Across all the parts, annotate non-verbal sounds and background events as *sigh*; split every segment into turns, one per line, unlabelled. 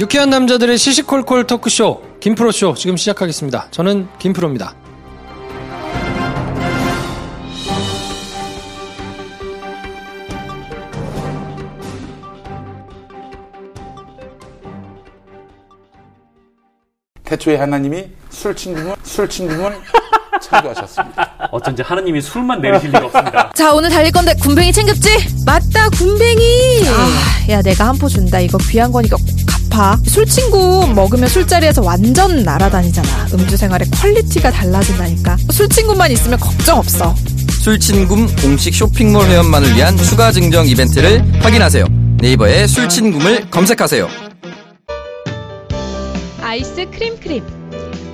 유쾌한 남자들의 시시콜콜 토크쇼 김프로쇼 지금 시작하겠습니다. 저는 김프로입니다.
태초에 하나님이 술 친구분 술 친구분 창조하셨습니다.
어쩐지 하느님이 술만 내리실 리가 없습니다.
자 오늘 달릴 건데 군뱅이 챙겼지? 맞다 군뱅이 아, 야 내가 한 포 준다 이거 귀한 거니까 꼭 갚아 술 친구 먹으면 술자리에서 완전 날아다니잖아 음주 생활의 퀄리티가 달라진다니까 술 친구만 있으면 걱정 없어
술친굼 공식 쇼핑몰 회원만을 위한 추가 증정 이벤트를 확인하세요. 네이버에 술친굼을 검색하세요.
아이스 크림 크림.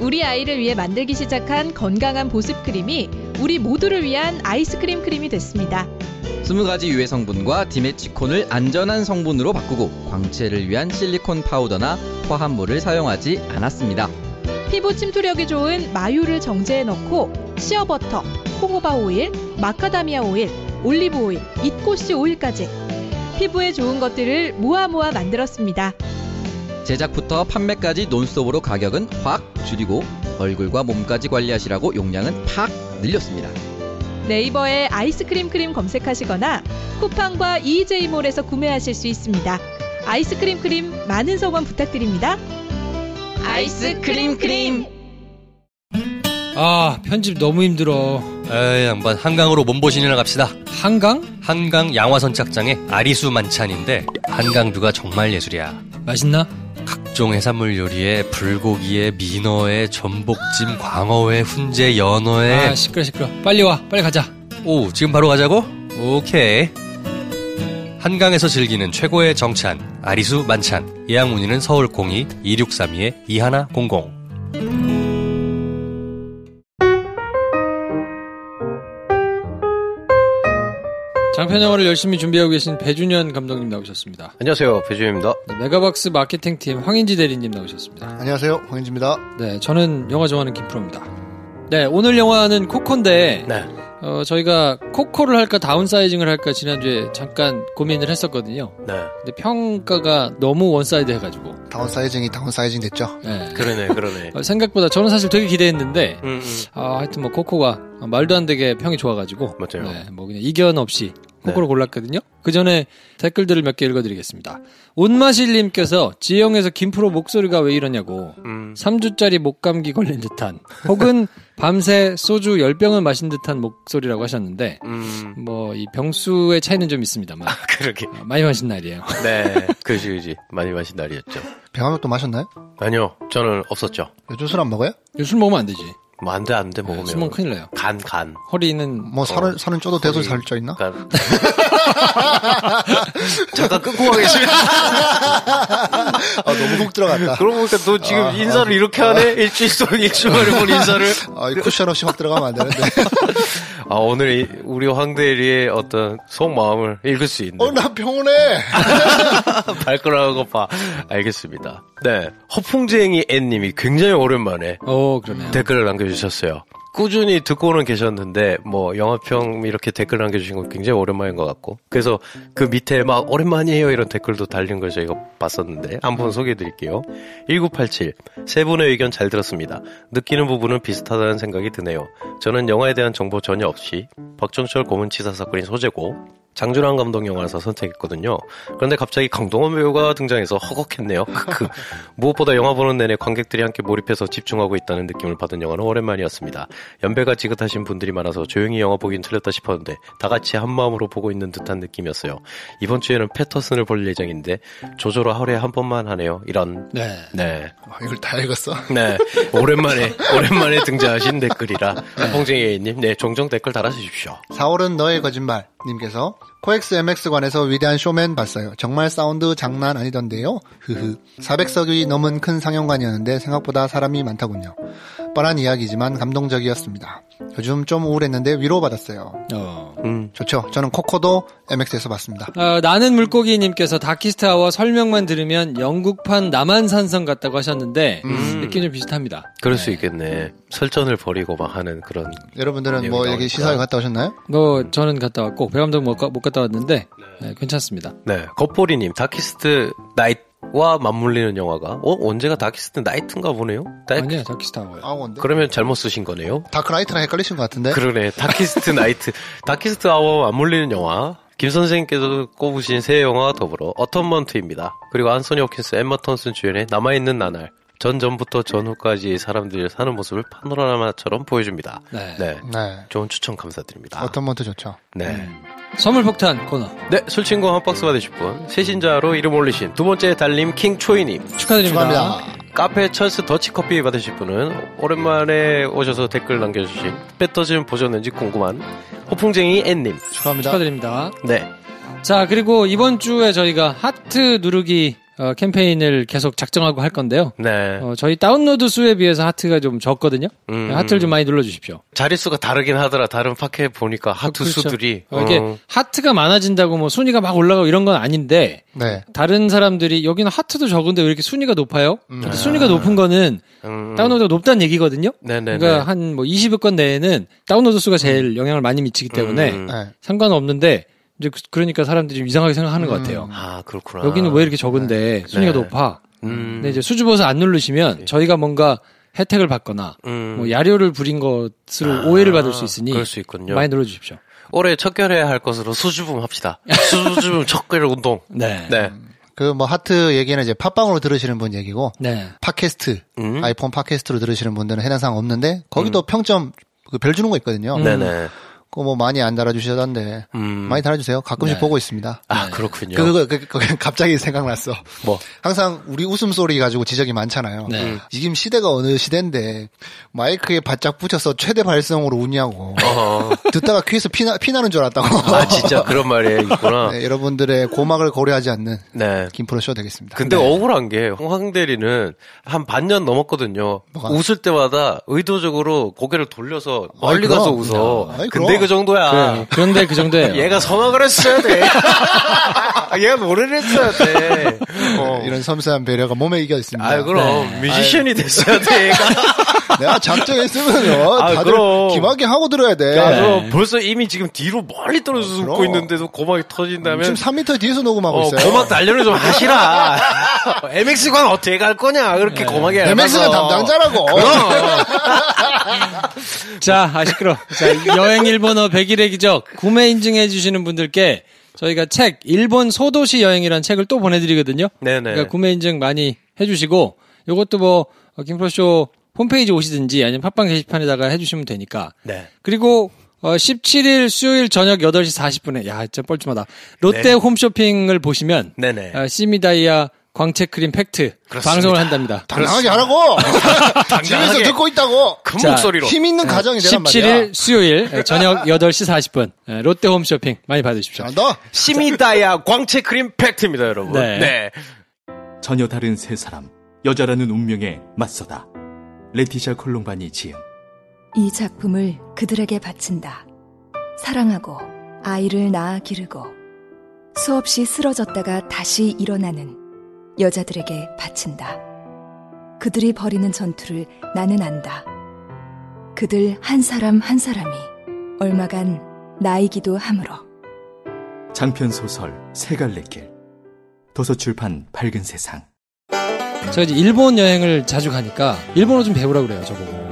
우리 아이를 위해 만들기 시작한 건강한 보습 크림이 우리 모두를 위한 아이스크림 크림이 됐습니다.
20가지 유해 성분과 디메치콘을 안전한 성분으로 바꾸고 광채를 위한 실리콘 파우더나 화합물을 사용하지 않았습니다.
피부 침투력이 좋은 마유를 정제해 넣고 시어버터, 콩호바 오일, 마카다미아 오일, 올리브 오일, 잇꼬씨 오일까지 피부에 좋은 것들을 모아 모아 만들었습니다.
제작부터 판매까지 논스톱으로 가격은 확 줄이고 얼굴과 몸까지 관리하시라고 용량은 팍 늘렸습니다.
네이버에 아이스크림 크림 검색하시거나 쿠팡과 EJ몰에서 구매하실 수 있습니다. 아이스크림 크림 많은 성원 부탁드립니다. 아이스크림 크림.
아 편집 너무 힘들어.
에이 한번 한강으로 몸보신이나 갑시다.
한강
한강 양화선 짝장에 아리수 만찬인데 한강뷰가 정말 예술이야.
맛있나?
각종 해산물 요리에 불고기에 민어에 전복찜 광어회 훈제 연어에
네.
아 시끄러 시끄러. 빨리 와 빨리 가자.
오 지금 바로 가자고? 오케이. 한강에서 즐기는 최고의 정찬 아리수 만찬 예약 문의는 서울 02 2632에 2100.
장편 영화를 열심히 준비하고 계신 배준현 감독님 나오셨습니다.
안녕하세요, 배주입니다.
네, 메가박스 마케팅팀 황인지 대리님 나오셨습니다.
안녕하세요, 황인지입니다.
네 저는 영화 좋아하는 김프로입니다. 네 오늘 영화는 코코인데
네.
어, 저희가 코코를 할까 다운사이징을 할까 지난주에 잠깐 고민을 했었거든요.
네.
근데 평가가 너무 원사이드 해가지고
다운사이징이 다운사이징 됐죠?
예.
그러네, 그러네.
어, 생각보다 저는 사실 되게 기대했는데
음, 음.
아, 하여튼 뭐 코코가 말도 안 되게 평이 좋아가지고
맞아요. 네.
네, 뭐 그냥 이견 없이 코코를 골랐거든요. 그 전에 댓글들을 몇 개 읽어드리겠습니다. 온마실님께서 지영에서 김프로 목소리가 왜 이러냐고
음.
3주짜리 목감기 걸린 듯한 혹은 밤새 소주 10병을 마신 듯한 목소리라고 하셨는데
음.
뭐 이 병수의 차이는 좀 있습니다만
그러게.
아, 많이 마신 날이에요. *laughs*
네. 그지, 그지. 많이 마신 날이었죠.
병화맥도 마셨나요?
아니요, 저는 없었죠.
요즘 술 안 먹어요?
술 먹으면 안 되지.
뭐, 안 돼, 안 돼, 먹으면.
술먹으면 큰일 나요.
간, 그러니까 간.
허리는
뭐 살은 살은 쪄도 대소
거의-
살쪄 있나?
간. *laughs* 잠깐 끊고 가겠습니다.
*laughs* 아 너무 훅 들어갔다.
*laughs* 그러고 보니까 너 지금 인사를 이렇게 아, 하네? 일주일 동안, 일주일 만에 본 *laughs* 인사를.
아, 이 쿠션 없이 확 들어가면 안 되는데.
아, 오늘 이- 우리 황대리의 어떤 속마음을 읽을 수
*laughs*
있는
어, 나 병원에.
*laughs* 발걸음한 것 봐. 알겠습니다. 네. 허풍쟁이 앤님이 굉장히 오랜만에
어 그러네요.
댓글을 남겨주셨어요. 꾸준히 듣고는 계셨는데 뭐 영화평 이렇게 댓글 남겨주신 건 굉장히 오랜만인 것 같고 그래서 그 밑에 막 오랜만이에요 이런 댓글도 달린 걸 저희가 봤었는데 한번 소개해드릴게요. 1987 세 분의 의견 잘 들었습니다. 느끼는 부분은 비슷하다는 생각이 드네요. 저는 영화에 대한 정보 전혀 없이 박정철 고문치사 사건이 소재고 장준환 감독 영화라서 선택했거든요. 그런데 갑자기 강동원 배우가 등장해서 허걱했네요. *laughs* 크크. 무엇보다 영화 보는 내내 관객들이 함께 몰입해서 집중하고 있다는 느낌을 받은 영화는 오랜만이었습니다. 연배가 지긋하신 분들이 많아서 조용히 영화 보긴 틀렸다 싶었는데 다 같이 한 마음으로 보고 있는 듯한 느낌이었어요. 이번 주에는 패터슨을 볼 예정인데 조조로 하루에 한 번만 하네요. 이런
네.
네.
아, 이걸 다 읽었어.
네. 오랜만에, 오랜만에 등장하신 댓글이라. 홍쟁이님, 네, 종종 댓글 달아주십시오.
4월은 너의 거짓말 님께서 코엑스 MX관에서 위대한 쇼맨 봤어요. 정말 사운드 장난 아니던데요. 흐흐. 400석이 넘은 큰 상영관이었는데 생각보다 사람이 많더군요. 뻔한 이야기지만 감동적이었습니다. 요즘 좀 우울했는데 위로받았어요.
어.
음.
좋죠. 저는 코코도 MX에서 봤습니다.
아, 나는 물고기님께서 다키스타워 설명만 들으면 영국판 남한산성 같다고 하셨는데
음.
느낌 좀 비슷합니다.
그럴 수 있겠네. 설전을 벌이고 막 하는 그런.
여러분들은 뭐
내용이
여기
네, 나오니까.
시사회 갔다 오셨나요?
뭐 저는 갔다 네, 왔고 배 감독 못, 가- 못 갔다 왔는데 네, 괜찮습니다.
네. 겉보리님, 다키스트 나이트 와 맞물리는 영화가 어 언제가 다키스트 나이트인가 보네요. 다이...
아니야 다키스타워요.
아우인데
그러면 잘못 쓰신 거네요.
다크라이트랑 헷갈리신 것 같은데.
그러네. 다키스트 나이트. 다키스트 아워 맞물리는 영화. 김 선생님께서 꼽으신 새 영화와 더불어 어텀먼트입니다. 그리고 안소니 호킨스, 엠마 턴슨 주연의 남아있는 나날. 전전부터 전후까지 사람들이 사는 모습을 파노라마처럼 보여줍니다.
네.
네.
네.
좋은 추천 감사드립니다.
어떤 번트 좋죠.
네.
선물 폭탄 코너
네, 술친구 한 박스 받으실 분, 세신자로 이름 올리신 두 번째 달님 킹초이님,
축하드립니다.
축하합니다.
카페 찰스 더치커피 받으실 분은 오랜만에 오셔서 댓글 남겨주신 배터짐 보셨는지 궁금한 호풍쟁이 앤님.
축하합니다.
축하드립니다.
네.
자, 그리고 이번 주에 저희가 하트 누르기 어, 캠페인을 계속 작정하고 할 건데요.
네.
어, 저희 다운로드 수에 비해서 하트가 좀 적거든요. 네,
음.
하트를 좀 많이 눌러주십시오.
자릿수가 다르긴 하더라. 다른 파케 보니까 하트
그렇죠.
수들이.
어, 이게
어.
하트가 많아진다고 뭐 순위가 막 올라가고 이런 건 아닌데
네.
다른 사람들이 여기는 하트도 적은데 왜 이렇게 순위가 높아요? 근데 순위가 높은 거는
음.
다운로드가 높다는 얘기거든요.
네네네.
그러니까 한 뭐 20위권 내에는 다운로드 수가 제일 영향을 많이 미치기 때문에
음.
네.
상관없는데 이제 그- 그러니까 사람들이 좀 이상하게 생각하는 것 같아요.
아, 그렇구나.
여기는 왜 이렇게 적은데 순위가
네.
높아?
음. 예.
근데 이제 수줍어서 안 누르시면 저희가 뭔가 혜택을 받거나
음. 아,
뭐 야료를 부린 것으로 오해를 받을 수 있으니
그럴 수 있군요.
많이 눌러주십시오.
올해 첫결에 할 것으로 수줍음 합시다.
*laughs*
수줍음 첫결 운동.
네. 네.
네.
그 뭐 하트 얘기는 이제 팟빵으로 들으시는 분 얘기고
네.
팟캐스트
음.
아이폰 팟캐스트로 들으시는 분들은 해당 사항 없는데 거기도 평점 그 별 주는 거 있거든요.
음.
음.
네네.
그거 뭐 많이 안 달아주시던데
음.
많이 달아주세요. 가끔씩 보고 있습니다.
아, 그렇군요.
그거 그, 그, *laughs* 그 갑자기 생각났어.
뭐.
항상 우리 웃음소리 가지고 지적이 많잖아요.
네.
음. 지금 시대가 어느 시대인데 마이크에 바짝 붙여서 최대 발성으로 웃냐고.
어.
듣다가 귀에서 피나, 피나는 줄 알았다고.
아, 진짜 그런 말이 있구나.
어. 네, 여러분들의 고막을 고려하지 않는
네.
김프로 쇼 되겠습니다.
근데
네.
억울한 게 홍황 대리는 한 반년 넘었거든요.
뭐가?
웃을 때마다 의도적으로 고개를 돌려서
아이,
멀리 가서
그럼.
웃어.
아이,
근데
그럼. 네.
그 정도야.
그런데 그 정도예요.
*laughs* 얘가 성악을
*laughs*
했어야 돼. 얘가 노래를 했어야 돼. 어.
네. *laughs* 이런 섬세한 배려가 몸에 이겨 있습니다.
아 그럼
네.
뮤지션이 됐어야 돼. 얘가.
내가 작정했으면요.
*laughs* 아,
네, 아, 다들
그럼.
기막이 하고 들어야 돼.
야, 저 아, 벌써 이미 지금 뒤로 멀리 떨어져서
네. 아, 그럼.
웃고 있는데도 고막이
지금
터진다면
3m 뒤에서 녹음하고
어,
있어요.
고막 단련을 좀 하시라. *laughs* MX관 어떻게 갈 거냐? 그렇게 고막이 안
MX가
가서.
담당자라고.
자, 아, 시끄러. 자, 여행 일본어 100일의 기적 구매 인증해 주시는 분들께 저희가 책 일본 소도시 여행이라는 책을 또 보내드리거든요.
네네.
그러니까 구매 인증 많이 해주시고 이것도 뭐 어, 김프로쇼 홈페이지 오시든지 아니면 팟빵 게시판에다가 해주시면 되니까.
네.
그리고 어, 17일 수요일 저녁 8시 40분에 야 진짜 뻘쭘하다. 롯데
네.
홈쇼핑을 보시면
네네.
어, 시미다이아 광채 크림 팩트
그렇습니다.
방송을 한답니다.
*laughs* 당당하게
*laughs*
하라고. 집에서
당당하게.
듣고 있다고.
큰
자,
목소리로. 네.
힘 있는 가정이 되란 말이야.
17일 네, 수요일 예, 저녁 *laughs* 8시 40분 예, 롯데 홈쇼핑 많이 받으십시오.
너
시미다야 광채 크림 팩트입니다, 여러분.
네.
전혀 다른 세 사람, 여자라는 운명에 맞서다. 레티샤 콜롬반이 지은
이 작품을 그들에게 바친다. 사랑하고 아이를 낳아 기르고 수없이 쓰러졌다가 다시 일어나는 여자들에게 바친다. 그들이 벌이는 전투를 나는 안다. 그들 한 사람 한 사람이 얼마간 나이기도 하므로
장편 소설 세 갈래 길. 도서출판 밝은 세상.
네.
제가 이제 일본 여행을 자주 가니까 일본어 좀 배우라 그래요, 저보고.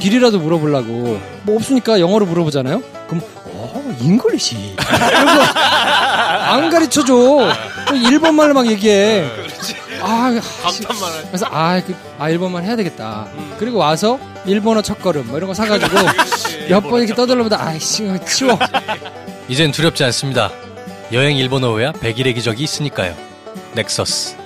길이라도 물어보려고 뭐 없으니까 영어로 물어보잖아요. 그럼 어, 잉글리시. 이러고 안 가르쳐 줘. 일본말로 막 얘기해. 아, 감탄만 그래서 아, 그, 아 일본말 해야 되겠다.
음.
그리고 와서 일본어 첫걸음 뭐 이런 거 사가지고 몇 번 이렇게 떠들려보다 아이씨 이거 치워.
이젠 두렵지 않습니다. 여행 일본어회야 100일의 기적이 있으니까요. 넥서스.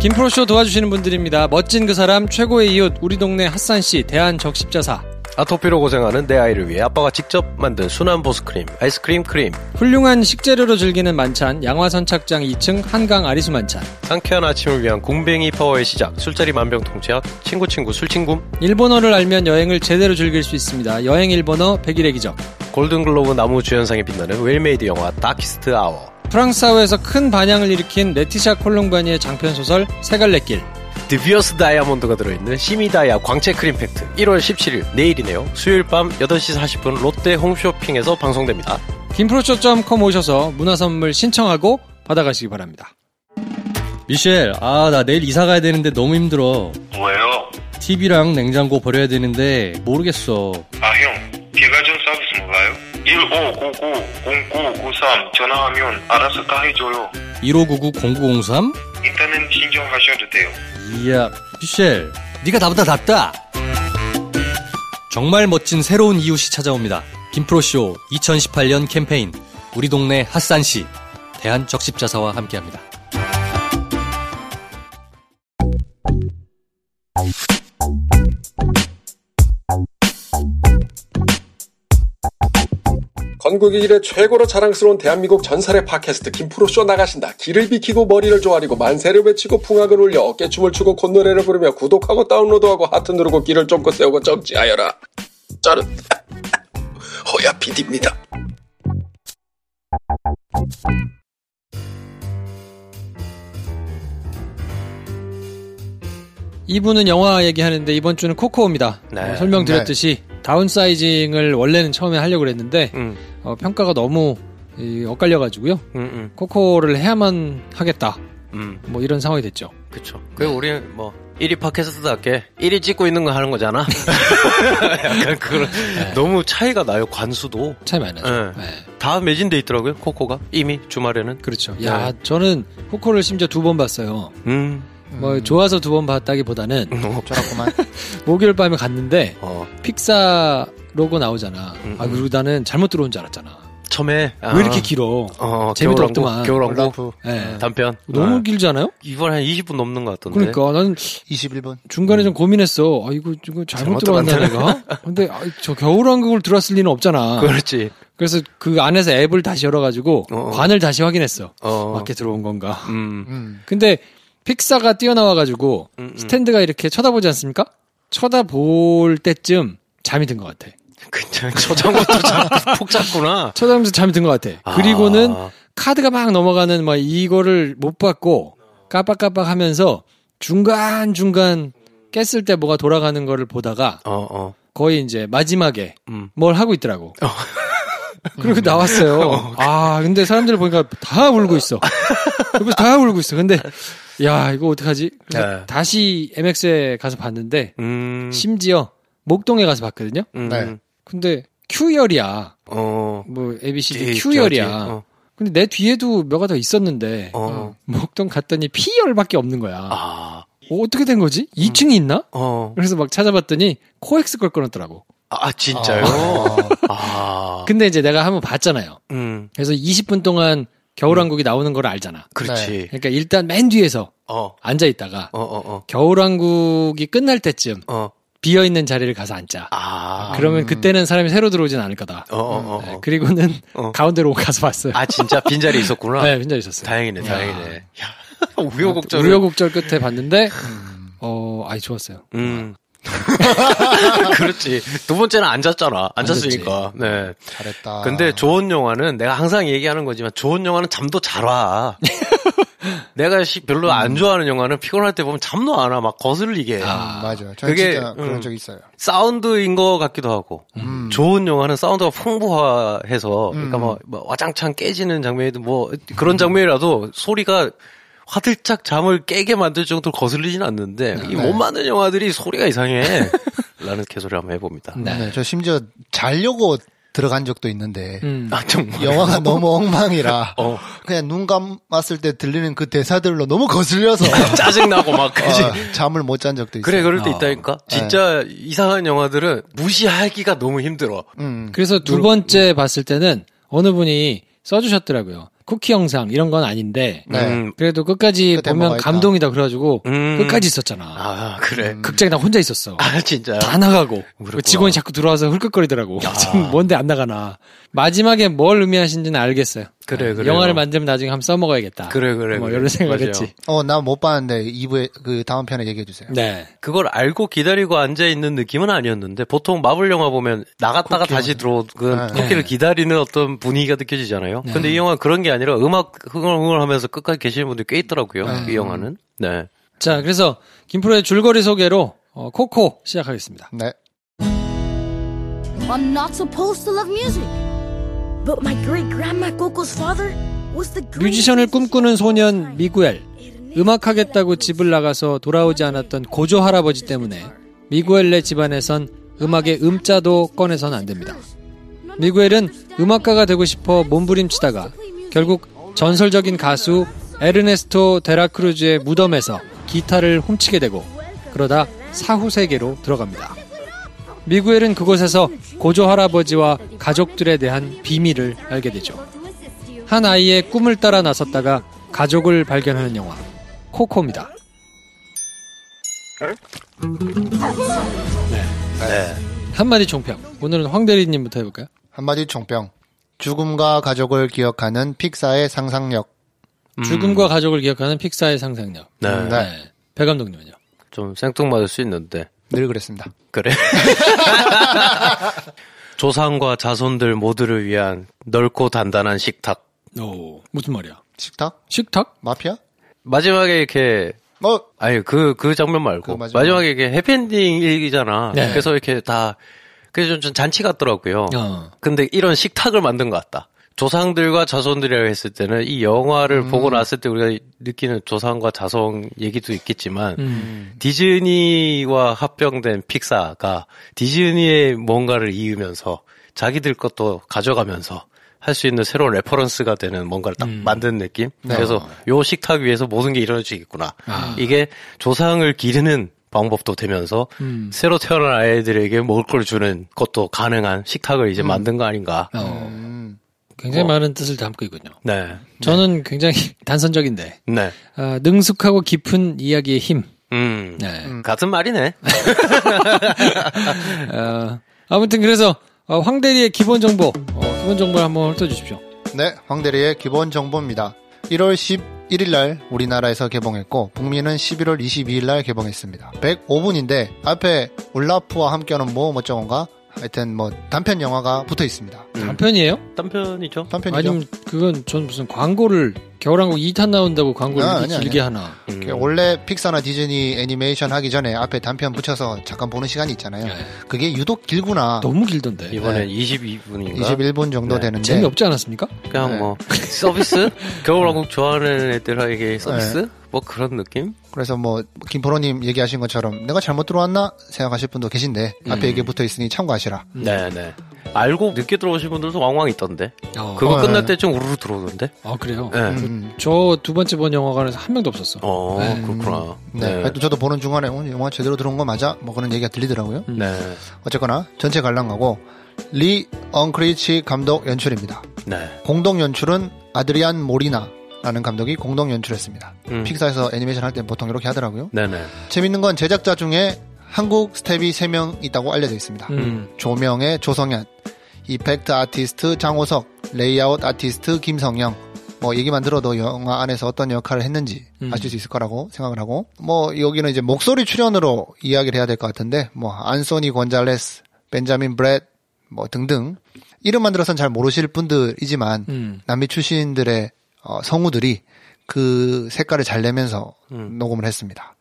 김프로쇼 도와주시는 분들입니다. 멋진 그 사람, 최고의 이웃, 우리 동네 핫산씨, 대한적십자사,
아토피로 고생하는 내 아이를 위해 아빠가 직접 만든 순한 보스크림, 아이스크림 크림,
훌륭한 식재료로 즐기는 만찬, 양화선착장 2층 한강 아리수 만찬,
상쾌한 아침을 위한 궁뱅이 파워의 시작, 술자리 만병통치약, 친구친구 술친굼,
일본어를 알면 여행을 제대로 즐길 수 있습니다. 여행 일본어 100일의 기적.
골든글로브 나무 주연상에 빛나는 웰메이드 영화 다키스트 아워,
프랑스 사회에서 큰 반향을 일으킨 레티샤 콜롱바니의 장편 소설 세갈래길.
드비어스 다이아몬드가 들어있는 시미다야 광채 크림 팩트, 1월 17일, 내일이네요. 수요일 밤 8시 40분 롯데 홈쇼핑에서 방송됩니다.
김프로쇼.com 오셔서 문화선물 신청하고 받아가시기 바랍니다.
미셸, 아, 나 내일 이사 가야 되는데 너무 힘들어.
왜요?
TV랑 냉장고 버려야 되는데 모르겠어.
아, 형. 비가전 서비스 몰라요? 1599-0993 전화하면 알아서 다 해줘요.
1599-0903?
일단은 신청하셔도 돼요.
이야, 미셸, 네가 나보다 낫다. 정말 멋진 새로운 이웃이 찾아옵니다. 김프로쇼 2018년 캠페인 우리 동네 핫산시 대한적십자사와 함께합니다.
건국이 일의 최고로 자랑스러운 대한민국 전설의 팟캐스트 김프로쇼 나가신다. 길을 비키고 머리를 조아리고 만세를 외치고 풍악을 울려 어깨춤을 추고 콧노래를 부르며 구독하고 다운로드하고 하트 누르고 길을 쫓고 세우고 정지하여라. 저는 호야 PD입니다.
이분은 영화 얘기하는데 이번 주는 코코입니다.
네.
어, 설명드렸듯이 다운사이징을 원래는 처음에 하려고 그랬는데 어, 평가가 너무 이, 엇갈려가지고요. 코코를 해야만 하겠다.
음.
뭐 이런 상황이 됐죠.
그쵸. 그리고 우리는 뭐 1위 팟캐스트답게 1위 찍고 있는 거 하는 거잖아. *laughs* 약간 그런 너무 차이가 나요. 관수도
차이 많이 네,
나죠. 다 매진돼 있더라고요. 코코가 이미 주말에는.
그렇죠. 야, 저는 코코를 심지어 두 번 봤어요.
음. 어.
뭐 좋아서 두 번 봤다기보다는
좋았구만. *laughs*
목요일 밤에 갔는데 픽사 로고 나오잖아.
음,
아 그리고 나는 잘못 들어온 줄 알았잖아.
처음에 아.
왜 이렇게 길어?
어,
재미도
겨울왕국,
없더만.
겨울왕국
예.
단편
너무
아.
길지 않아요?
이번 한 20분 넘는 것 같던데.
그러니까 나는
21분
중간에 좀 고민했어. 아 이거 이거 잘못,
음. 잘못
들어왔나
들어왔나?
내가? 근데 아, 저 겨울왕국을 들어왔을 리는 없잖아.
그렇지.
그래서 그 안에서 앱을 다시 열어가지고 관을 다시 확인했어. 아. 맞게 들어온 건가.
음,
근데 픽사가 뛰어나와가지고
음, 음.
스탠드가 이렇게 쳐다보지 않습니까? 쳐다볼 때쯤 잠이 든 것 같아.
그냥 저장고도 참 *laughs* 폭잡구나.
쳐다보면서 잠이 든 것 같아. 그리고는 카드가 막 넘어가는 막 이거를 못 받고 깜빡깜빡 하면서 중간중간 깼을 때 뭐가 돌아가는 거를 보다가
어,
거의 이제 마지막에 뭘 하고 있더라고. *laughs* 그리고 어. 나왔어요. 아, 근데 사람들 보니까 다 울고 있어. 그래서 다 울고 있어. 근데 야, 이거 어떡하지? 그래서
네.
다시 MX에 가서 봤는데
음.
음. 심지어 목동에 가서 봤거든요.
네.
근데 Q열이야.
어.
뭐 ABCD
뒤에 있죠,
Q열이야.
뒤에. 어.
근데 내 뒤에도 몇 가 더 있었는데
어. 아.
목동 갔더니 P열밖에 없는 거야. 어, 떻게된 거지?
음.
2층이 있나?
어.
그래서 막 찾아봤더니 코엑스 걸 끊었더라고.
아 진짜요? 아.
근데 이제 내가 한번 봤잖아요.
음.
그래서 20분 동안 겨울왕국이 나오는 걸 알잖아.
그렇지.
러니까 일단 맨 뒤에서
어.
앉아 있다가
어, 어, 어.
겨울왕국이 끝날 때쯤 비어 있는 자리를 가서 앉자. 그러면
음.
그때는 사람이 새로 들어오진 않을 거다.
어, 어, 어.
네, 그리고는 가운데로 가서 봤어요.
아 진짜 빈자리 있었구나.
네, 빈자리 있었어요.
*laughs* 다행이네,
야.
다행이네. 야, 우여곡절.
우여곡절 끝에 봤는데 어, 아이 좋았어요.
음. *laughs* 그렇지. 두 번째는 앉았잖아. 앉았으니까. 네.
잘했다.
근데 좋은 영화는 내가 항상 얘기하는 거지만 좋은 영화는 잠도
*laughs*
잘 와. 내가 시- 별로 안 좋아하는 영화는 피곤할 때 보면 잠도 안 와. 막 거슬리게.
음.
음.
맞아요. 저는 진짜 그런 적 있어요.
사운드인 것 같기도 하고
음.
좋은 영화는 사운드가 풍부화해서 그러니까 막, 막 와장창 깨지는 장면이든 뭐 그런 장면이라도 소리가 화들짝 잠을 깨게 만들 정도로 거슬리진 않는데 이
네.
못 맞는 영화들이 소리가 이상해 *laughs* 라는 개소리를 한번 해봅니다
네. 저 심지어 자려고 들어간 적도 있는데
음.
아, 정말.
영화가 너무
*laughs*
엉망이라
어. *laughs*
그냥 눈 감았을 때 들리는 그 대사들로 너무 거슬려서 *laughs*
짜증나고 막 그지
어, 잠을 못 잔 적도 있어요.
네.
네.
그래 그럴 때 있다니까 진짜 이상한 영화들은 무시하기가 너무 힘들어
음.
그래서 두
음.
번째 봤을 때는 어느 분이 써주셨더라고요. 쿠키 영상 이런 건 아닌데
네. 음.
그래도 끝까지
끝에
보면
뭐가 있다.
감동이다 그래가지고
음.
끝까지 있었잖아.
아 그래
음.
극장에 나 혼자 있었어.
아 진짜
다 나가고 그 직원이 자꾸 들어와서 훌끗거리더라고. 지금 뭔데 안 나가나. 마지막에 뭘 의미하신지는 알겠어요.
음,
그래, 그래요.
영화를 만들면 나중에 한번 써먹어야겠다.
그래 그래
뭐
그래.
이런 생각했지.
맞아요.
어, 나 못 봤는데 2부에 그 다음 편에 얘기해 주세요.
네.
그걸 알고 기다리고 앉아 있는 느낌은 아니었는데 보통 마블 영화 보면 나갔다가 다시 들어오는
네.
코끼를 기다리는 어떤 분위기가 느껴지잖아요. 근데 이 영화 는 그런 게 아니라 음악 흥얼흥얼하면서 끝까지 계시는 분들 꽤 있더라고요. 이 영화는 네.
자, 그래서 김프로의 줄거리 소개로 어, 코코 시작하겠습니다.
네.
I'm not supposed to love music. But my great grandma Coco's father
뮤지션을 꿈꾸는 소년 미구엘. 음악하겠다고 집을 나가서 돌아오지 않았던 고조 할아버지 때문에 미구엘네 집안에선 음악의 음자도 꺼내선 안 됩니다. 미구엘은 음악가가 되고 싶어 몸부림치다가 결국 전설적인 가수 에르네스토 데라크루즈의 무덤에서 기타를 훔치게 되고 그러다 사후 세계로 들어갑니다. 미구엘은 그곳에서 고조 할아버지와 가족들에 대한 비밀을 알게 되죠. 한 아이의 꿈을 따라 나섰다가 가족을 발견하는 영화 코코입니다.
네.
한마디 총평. 오늘은 황 대리님부터 해볼까요?
한마디 총평. 죽음과 가족을 기억하는 픽사의 상상력.
죽음과 가족을 기억하는 픽사의 상상력.
네.
음,
배 감독님은요?
좀 생뚱맞을 수 있는데.
늘 그랬습니다.
그래. *laughs* 조상과 자손들 모두를 위한 넓고 단단한 식탁.
오, 어, 무슨 말이야?
식탁?
식탁?
마피아?
마지막에 이렇게
어
아니 그 그 장면 말고
마지막.
마지막. 에 이게 해피엔딩이잖아.
네.
그래서 이렇게 다 그래서 좀, 좀 잔치 같더라고요.
어.
근데 이런 식탁을 만든 것 같다. 조상들과 자손들이라고 했을 때는 이 영화를
음.
보고 났을 때 우리가 느끼는 조상과 자손 얘기도 있겠지만
음.
디즈니와 합병된 픽사가 디즈니의 뭔가를 이으면서 자기들 것도 가져가면서 할 수 있는 새로운 레퍼런스가 되는 뭔가를 딱
음.
만든 느낌.
네.
아.
그래서 요 식탁 위에서 모든 게 일어날 수 있구나.
아.
이게 조상을 기르는 방법도 되면서
음.
새로 태어난 아이들에게 먹을 걸 주는 것도 가능한 식탁을
음.
이제 만든 거 아닌가.
굉장히
어.
많은 뜻을 담고 있군요.
네.
저는 굉장히 *laughs* 단선적인데
네.
아, 능숙하고 깊은 이야기의 힘.
음.
네.
같은 말이네. 음.
아, 아무튼 그래서 어, 황 대리의 기본 정보, 어, 기본 정보를 한번 훑어주십시오.
네, 황대리의 기본 정보입니다. 1월 11일 날 우리나라에서 개봉했고 북미는 11월 22일 날 개봉했습니다. 105분인데 앞에 울라프와 함께하는 뭐 멋쩡한가 하여튼 뭐 단편 영화가 붙어 있습니다.
단편이에요?
단편이죠.
음. 단편이죠.
아니면 그건 전 무슨 광고를 겨울왕국 2탄 나온다고 광고를
아,
이렇게
아니야,
길게
아니야.
하나.
음.
그 원래 픽사나 디즈니 애니메이션 하기 전에 앞에 단편 붙여서 잠깐 보는 시간이 있잖아요. 그게 유독 길구나.
네. 너무 길던데.
이번엔 22분인가?
21분 정도
네.
되는데
재미없지 않았습니까?
그냥 *laughs* 뭐 서비스? 겨울왕국 좋아하는 애들에게 서비스?
네.
뭐 그런 느낌?
그래서 뭐 김포로님 얘기하신 것처럼 내가 잘못 들어왔나 생각하실 분도 계신데 앞에
음.
이게 붙어 있으니 참고하시라.
네, 네. 알고 늦게 들어오신 분들도 왕왕 있던데.
어.
그거
어,
끝날
네.
때쯤 우르르 들어오던데.
아 그래요?
네.
음.
저 두 번째 본 영화관에서 한 명도 없었어.
어,
네.
그렇구나.
네. 하여튼 저도 보는 중간에 오늘 영화 제대로 들어온 거 맞아? 뭐 그런 얘기가 들리더라고요.
네.
어쨌거나 전체 관람가고 리 엉크리치 감독 연출입니다.
네.
공동 연출은 아드리안 모리나라는 감독이 공동 연출했습니다.
음.
픽사에서 애니메이션 할 때 보통 이렇게 하더라고요.
네, 네.
재밌는 건 제작자 중에 한국 스텝이 3명 있다고 알려져 있습니다.
음.
조명의 조성현, 이펙트 아티스트 장호석, 레이아웃 아티스트 김성영. 뭐 얘기만 들어도 영화 안에서 어떤 역할을 했는지
음.
아실 수 있을 거라고 생각을 하고 뭐 여기는 이제 목소리 출연으로 이야기를 해야 될 것 같은데 뭐 안소니 곤잘레스, 벤자민 브렛 뭐 등등 이름만 들어선 잘 모르실 분들이지만
음.
남미 출신들의 어, 성우들이 그 색깔을 잘 내면서 녹음을 했습니다.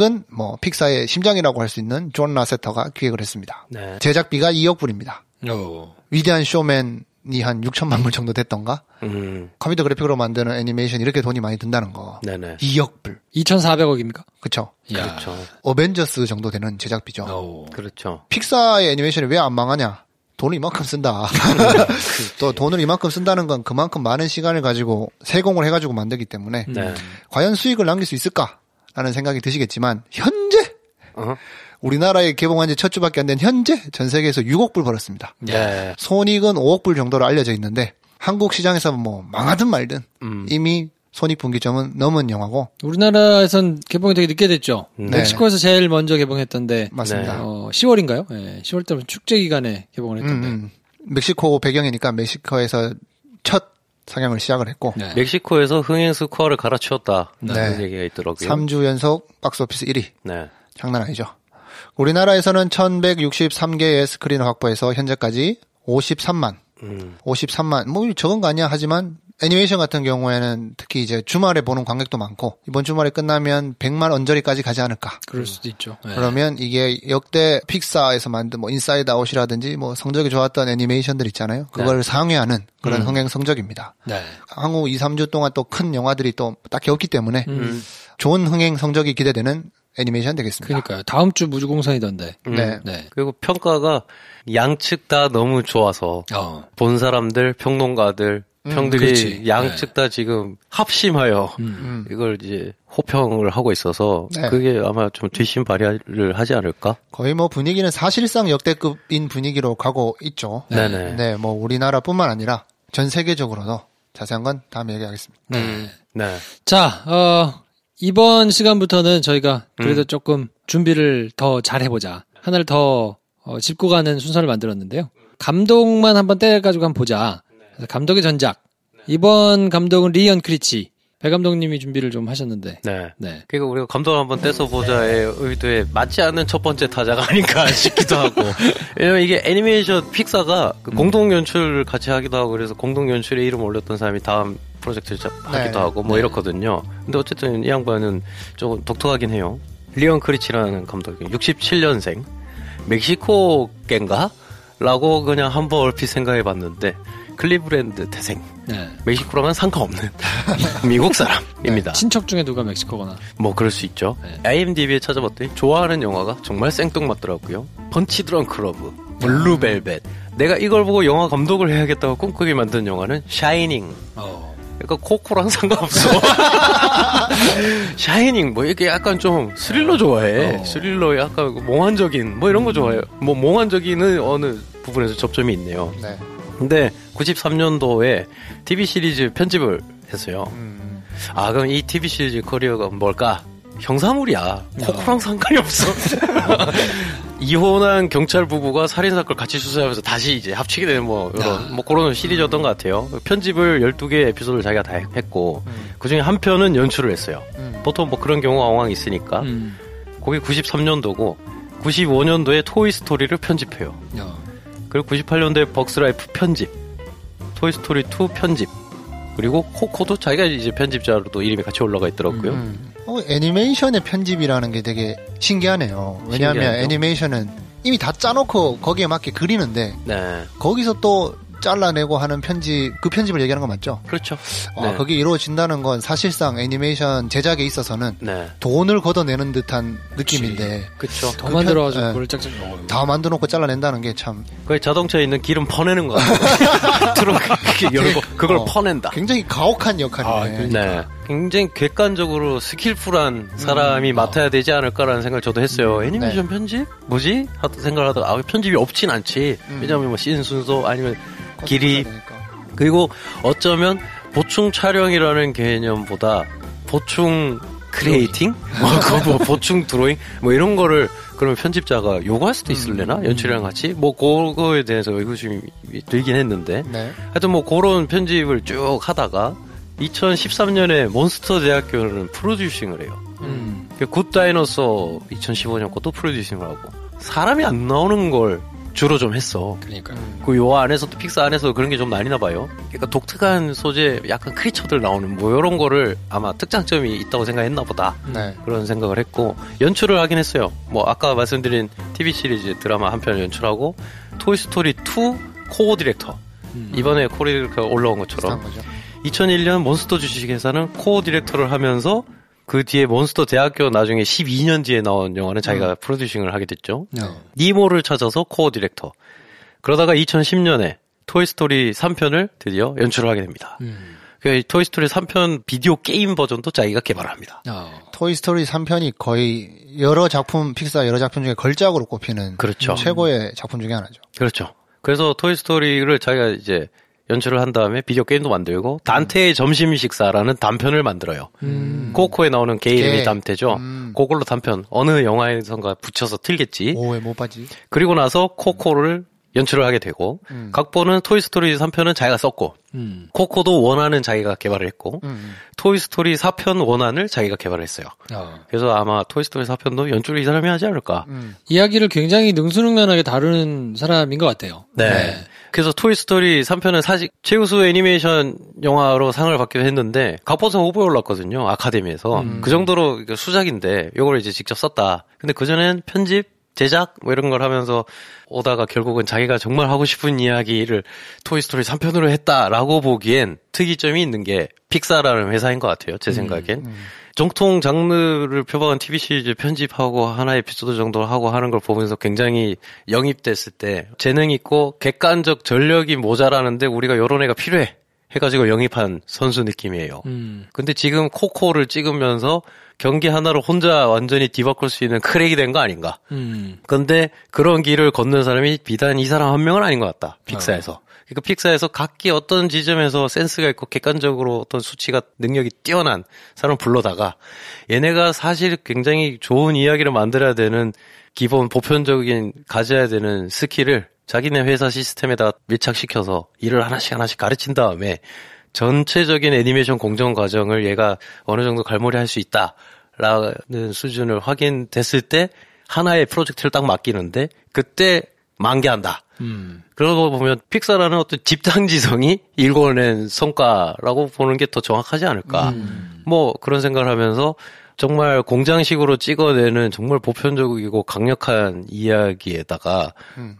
기획은 뭐 픽사의 심장이라고 할 수 있는 존 라세터가 기획을 했습니다.
네.
제작비가 2억 불입니다.
어.
위대한 쇼맨이 한 6천만 불 정도 됐던가?
음.
컴퓨터 그래픽으로 만드는 애니메이션 이렇게 돈이 많이 든다는 거.
네, 네.
2억 불.
2,400억입니까?
그쵸?
야.
그렇죠.
어벤져스 정도 되는 제작비죠.
어.
그렇죠.
픽사의 애니메이션이 왜 안 망하냐? 돈을 이만큼 쓴다. 또 돈을 이만큼 쓴다는 건 그만큼 많은 시간을 가지고 세공을 해가지고 만들기 때문에
네.
과연 수익을 남길 수 있을까라는 생각이 드시겠지만 현재
어?
우리나라에 개봉한 지 첫 주밖에 안 된 현재 전 세계에서 6억 불 벌었습니다.
네.
손익은 5억 불 정도로 알려져 있는데 한국 시장에서 뭐 망하든 말든
음.
이미 손익 분기점은 넘은 영화고
우리나라에선 개봉이 되게 늦게 됐죠.
네.
멕시코에서 제일 먼저 개봉했던데
맞습니다.
네,
어, 10월인가요? 10월 때 축제 기간에 개봉을
네.
했던데.
음, 음. 멕시코 배경이니까 멕시코에서 첫 상영을 시작을 했고
네.
멕시코에서 흥행 스코어를 갈아치웠다.
네.
그런 얘기가 있더라고요.
3주 연속 박스오피스 1위.
네.
장난 아니죠. 우리나라에서는 1163개의 스크린을 확보해서 현재까지 53만
음.
53만 뭐 적은 거 아니야 하지만 애니메이션 같은 경우에는 특히 이제 주말에 보는 관객도 많고 이번 주말에 끝나면 100만 언저리까지 가지 않을까.
그럴 수도 있죠. 네.
그러면 이게 역대 픽사에서 만든 뭐 인사이드 아웃이라든지 뭐 성적이 좋았던 애니메이션들 있잖아요. 그걸
네.
상회하는 그런
음.
흥행 성적입니다.
네.
향후 2, 3주 동안 또 큰 영화들이 또 딱히 없기 때문에
음.
좋은 흥행 성적이 기대되는 애니메이션 되겠습니다.
그러니까요. 다음 주 무주공산이던데.
음.
네.
그리고 평가가 양측 다 너무 좋아서
어.
본 사람들, 평론가들,
음,
평들이
그렇지. 음.
양측 다 지금 합심하여
음.
이걸 이제 호평을 하고 있어서
네.
그게 아마 좀 뒷심 발휘를 하지 않을까?
거의 뭐 분위기는 사실상 역대급인 분위기로 가고 있죠.
네네.
네, 뭐 우리나라뿐만 아니라 전 세계적으로도 자세한 건 다음에 얘기하겠습니다.
네. 네.
자, 어, 이번 시간부터는 저희가 그래도 조금 준비를 더 잘 해보자. 하나를 더 어, 짚고 가는 순서를 만들었는데요. 감독만 한번 때려가지고 한번 보자. 그래서 감독의 전작. 이번 감독은 리언 크리치. 배 감독님이 준비를 좀 하셨는데.
네.
네.
그리고 우리가 감독을 한번 떼서 보자의 의도에 맞지 않는 첫 번째 타자가 아닌가 *laughs* 싶기도 하고. 왜냐면 이게 애니메이션 픽사가 그 공동 연출을 같이 하기도 하고 그래서 공동 연출에 이름 올렸던 사람이 다음 프로젝트를 잡- 하기도 하고 뭐 이렇거든요. 근데 어쨌든 이 양반은 조금 독특하긴 해요. 리언 크리치라는 감독이 67년생 멕시코계인가? 라고 그냥 한번 얼핏 생각해 봤는데 클리브랜드 태생
네.
멕시코랑은 상관없는 미국 사람입니다.
친척 중에 누가 멕시코거나.
뭐 그럴 수 있죠. IMDb에 찾아봤더니 좋아하는 영화가 정말 생뚱맞더라고요. 펀치 드렁 클러브, 블루벨벳. 내가 이걸 보고 영화 감독을 해야겠다고 꿈꾸게 만든 영화는 샤이닝.
어.
그러니까 코코랑 상관없어. *laughs* 샤이닝 뭐 이렇게 약간 좀 스릴러 좋아해. 스릴러 약간 몽환적인 뭐 이런 거 좋아해요. 뭐 몽환적인은 어느 부분에서 접점이 있네요.
네.
근데 93년도에 TV 시리즈 편집을 했어요. 아 그럼 이 TV 시리즈 커리어가 뭘까? 형사물이야. 코코랑 상관이 없어. 이혼한 경찰 부부가 살인 사건 을 같이 수사하면서 다시 이제 합치게 되는 뭐 이런 뭐 그런 시리즈였던 것 같아요. 편집을 12개 에피소드를 자기가 다 했고 그 중에 한 편은 연출을 했어요. 보통 뭐 그런 경우가 왕왕 있으니까.
음.
그게 93년도고 95년도에 토이 스토리를 편집해요.
어.
그리고 98년도에 벅스라이프 편집, 토이스토리 2 편집, 그리고 코코도 자기가 이제 편집자로도 이름이 같이 올라가 있더라고요.
어, 애니메이션의 편집이라는 게 되게 신기하네요. 왜냐하면
신기하죠.
애니메이션은 이미 다 짜놓고 거기에 맞게 그리는데
네.
거기서 또 잘라내고 하는 편집 그 편집을 얘기하는 거 맞죠?
그렇죠.
아,
네.
그게 이루어진다는 건 사실상 애니메이션 제작에 있어서는
네.
돈을 걷어내는 듯한 느낌인데
그쵸.
더 만들어가지고
편-
그걸 네.
예.
짝짝 넣어요.
다 만들어놓고 잘라낸다는 게참
거의 자동차에 있는 기름 퍼내는 거 같아요. 트렁크 이렇게 열고 그걸 퍼낸다.
굉장히 가혹한 역할이네.
네. 굉장히 객관적으로 스킬풀한 사람이 맡아야 되지 않을까라는 생각을 저도 했어요. 애니메이션 편집? 뭐지? 하도 생각을 하다가 아, 편집이 없진 않지.
음.
왜냐하면 뭐 시즌 순서 아니면 길이 그리고 어쩌면 보충 촬영이라는 개념보다 보충 크리에이팅? 뭐, 그거 *laughs* 뭐 보충 드로잉? 뭐 이런 거를 그러면 편집자가 요구할 수도 있을래나? 연출이랑 같이? 뭐 그거에 대해서 의구심이 들긴 했는데
네.
하여튼 뭐 그런 편집을 쭉 하다가 2013년에 몬스터 대학교는 프로듀싱을 해요.
음.
그굿 다이너서 2015년 것도 프로듀싱을 하고 사람이 안 나오는 걸 주로 좀 했어.
그러니까
그 요 안에서 또 픽사 안에서 그런 게 좀 나뉘나 봐요. 그러니까 독특한 소재, 약간 크리처들 나오는 뭐 이런 거를 아마 특장점이 있다고 생각했나 보다.
네.
그런 생각을 했고 연출을 하긴 했어요. 뭐 아까 말씀드린 TV 시리즈 드라마 한 편을 연출하고 토이 스토리 2 코어 디렉터
음.
음. 이번에 코어 디렉터 올라온 것처럼 2001년 몬스터 주식회사는 코어 디렉터를 하면서 그 뒤에 몬스터 대학교 나중에 12년 뒤에 나온 영화는 자기가 프로듀싱을 하게 됐죠. 니모를 찾아서 코어 디렉터. 그러다가 2010년에 토이스토리 3편을 드디어 연출을 하게 됩니다.
음.
그 토이스토리 3편 비디오 게임 버전도 자기가 개발합니다.
토이스토리 3편이 거의 여러 작품, 픽사 여러 작품 중에 걸작으로 꼽히는
그렇죠.
최고의 작품 중에 하나죠.
그렇죠. 그래서 토이스토리를 자기가 이제 연출을 한 다음에 비디오 게임도 만들고
음.
단테의 점심 식사라는 단편을 만들어요. 코코에 나오는 개 이름이
개. 음.
단테죠. 그걸로 단편 어느 영화에선가 붙여서 틀겠지.
오해 못 봤지.
그리고 나서 코코를 연출을 하게 되고
음.
각본은 토이스토리 3편은 자기가 썼고
음.
코코도 원안은 자기가 개발을 했고
음.
토이스토리 4편 원안을 자기가 개발했어요. 그래서 아마 토이스토리 4편도 연출을 이
음.
사람이 하지 않을까.
이야기를 굉장히 능수능란하게 다루는 사람인 것 같아요.
네. 그래서 토이스토리 3편은 사실 최우수 애니메이션 영화로 상을 받기도 했는데 갑버상 후보에 올랐거든요. 아카데미에서. 그 정도로 이게 수작인데 요걸 이제 직접 썼다. 근데 그전엔 편집, 제작 뭐 이런 걸 하면서 오다가 결국은 자기가 정말 하고 싶은 이야기를 토이스토리 3편으로 했다라고 보기엔 특이점이 있는 게 픽사라는 회사인 것 같아요. 제 생각엔. 정통 장르를 표방한 TV 시리즈 편집하고 하나 에피소드 정도 하고 하는 걸 보면서 굉장히 영입됐을 때 재능 있고 객관적 전력이 모자라는데 우리가 요런 애가 필요해 해가지고 영입한 선수 느낌이에요.
음.
근데 지금 코코를 찍으면서 경기 하나로 혼자 완전히 뒤바꿀 수 있는 크랙이 된 거 아닌가.
음.
근데 그런 길을 걷는 사람이 비단 이 사람 한 명은 아닌 것 같다. 픽사에서. 그러니까 픽사에서 각기 어떤 지점에서 센스가 있고 객관적으로 어떤 수치가 능력이 뛰어난 사람을 불러다가 얘네가 사실 굉장히 좋은 이야기를 만들어야 되는 기본 보편적인 가져야 되는 스킬을 자기네 회사 시스템에다 밀착시켜서 일을 하나씩 하나씩 가르친 다음에 전체적인 애니메이션 공정 과정을 얘가 어느 정도 갈무리할 수 있다라는 수준을 확인됐을 때 하나의 프로젝트를 딱 맡기는데 그때 만개한다. 그러고 보면 픽사라는 어떤 집단지성이 일궈낸 성과라고 보는 게 더 정확하지 않을까. 뭐 그런 생각을 하면서 정말 공장식으로 찍어내는 정말 보편적이고 강력한 이야기에다가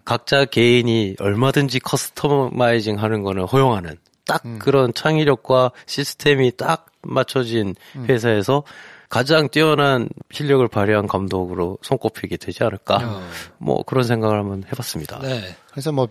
각자 개인이 얼마든지 커스터마이징 하는 거는 허용하는 딱 그런 창의력과 시스템이 딱 맞춰진
음.
회사에서 가장 뛰어난 실력을 발휘한 감독으로 손꼽히게 되지 않을까. 뭐 그런 생각을 한번 해봤습니다.
네.
그래서 뭐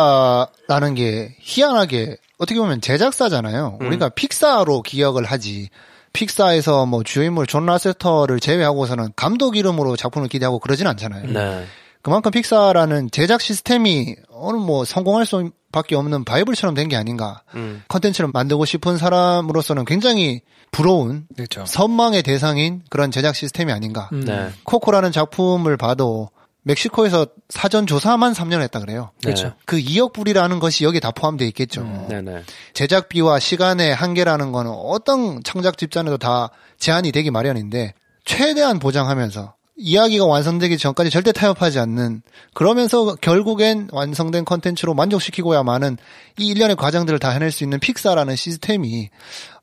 픽사라는 게 희한하게 어떻게 보면 제작사잖아요.
음.
우리가 픽사로 기억을 하지. 픽사에서 뭐 주인물 존 라세터를 제외하고서는 감독 이름으로 작품을 기대하고 그러진 않잖아요.
네.
그만큼 픽사라는 제작 시스템이 어느 뭐 성공할 수밖에 없는 바이블처럼 된 게 아닌가.
음.
컨텐츠를 만들고 싶은 사람으로서는 굉장히 부러운
그렇죠.
선망의 대상인 그런 제작 시스템이 아닌가.
음. 네.
코코라는 작품을 봐도 멕시코에서 사전 조사만 3년 했다 그래요.
그렇죠.
그 2억 불이라는 것이 여기 다 포함되어 있겠죠.
음, 네네.
제작비와 시간의 한계라는 거는 어떤 창작 집단에도 다 제한이 되기 마련인데 최대한 보장하면서 이야기가 완성되기 전까지 절대 타협하지 않는 그러면서 결국엔 완성된 컨텐츠로 만족시키고야만은 이 일련의 과정들을 다 해낼 수 있는 픽사라는 시스템이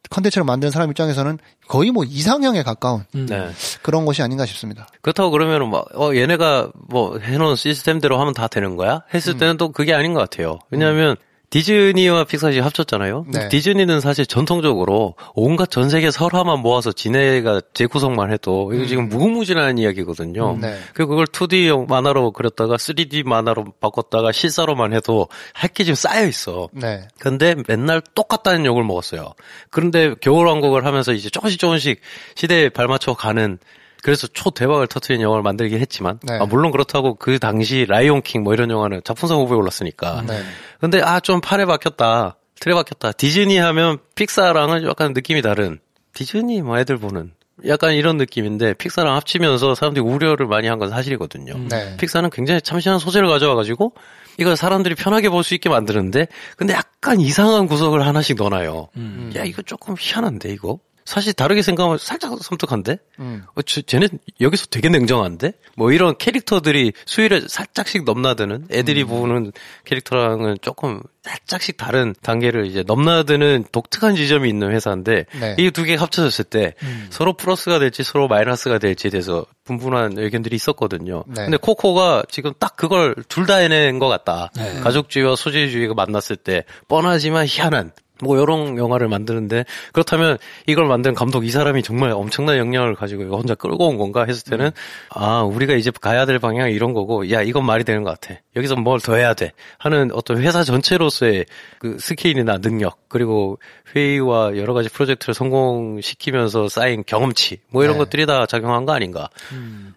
컨텐츠를 만드는 사람 입장에서는 거의 뭐 이상형에 가까운
음.
네.
그런 것이 아닌가 싶습니다.
그렇다고 그러면은 막, 어, 얘네가 뭐 해놓은 시스템대로 하면 다 되는 거야? 했을
음.
때는 또 그게 아닌 것 같아요. 왜냐하면 디즈니와 픽사시 합쳤잖아요.
네.
디즈니는 사실 전통적으로 온갖 전 세계 설화만 모아서 지네가 재구성만 해도 이거 지금 무궁무진한 이야기거든요.
음, 네.
그리고 그걸 2D 영- 만화로 그렸다가 3D 만화로 바꿨다가 실사로만 해도 할 게 지금 쌓여 있어.
네.
근데 맨날 똑같다는 욕을 먹었어요. 그런데 겨울왕국을 하면서 이제 조금씩 조금씩 시대에 발맞춰 가는 그래서 초대박을 터트린 영화를 만들긴 했지만
네.
아, 물론 그렇다고 그 당시 라이온킹 뭐 이런 영화는 작품상 후보에 올랐으니까
네.
근데 아 좀 팔에 박혔다 틀에 박혔다 디즈니 하면 픽사랑은 약간 느낌이 다른 디즈니 뭐 애들 보는 약간 이런 느낌인데 픽사랑 합치면서 사람들이 우려를 많이 한 건 사실이거든요
네.
픽사는 굉장히 참신한 소재를 가져와가지고 이걸 사람들이 편하게 볼 수 있게 만드는데 근데 약간 이상한 구석을 하나씩 넣어놔요.
음.
야 이거 조금 희한한데 이거 사실 다르게 생각하면 살짝 섬뜩한데
음.
어, 쟤- 쟤네 여기서 되게 냉정한데 뭐 이런 캐릭터들이 수위를 살짝씩 넘나드는 애들이
음.
보는 캐릭터랑은 조금 살짝씩 다른 단계를 이제 넘나드는 독특한 지점이 있는 회사인데
네. 음.
이 두 개 합쳐졌을 때 서로 플러스가 될지 서로 마이너스가 될지에 대해서 분분한 의견들이 있었거든요.
네.
근데 코코가 지금 딱 그걸 둘 다 해낸 것 같다. 가족주의와 소재주의가 만났을 때 뻔하지만 희한한 뭐 이런 영화를 만드는데 그렇다면 이걸 만든 감독 이 사람이 정말 엄청난 역량을 가지고 이거 혼자 끌고 온 건가 했을 때는 아 우리가 이제 가야 될 방향이 이런 거고 야 이건 말이 되는 것 같아 여기서 뭘 더 해야 돼 하는 어떤 회사 전체로서의 그 스케일이나 능력 그리고 회의와 여러 가지 프로젝트를 성공시키면서 쌓인 경험치 뭐 이런
네.
것들이 다 작용한 거 아닌가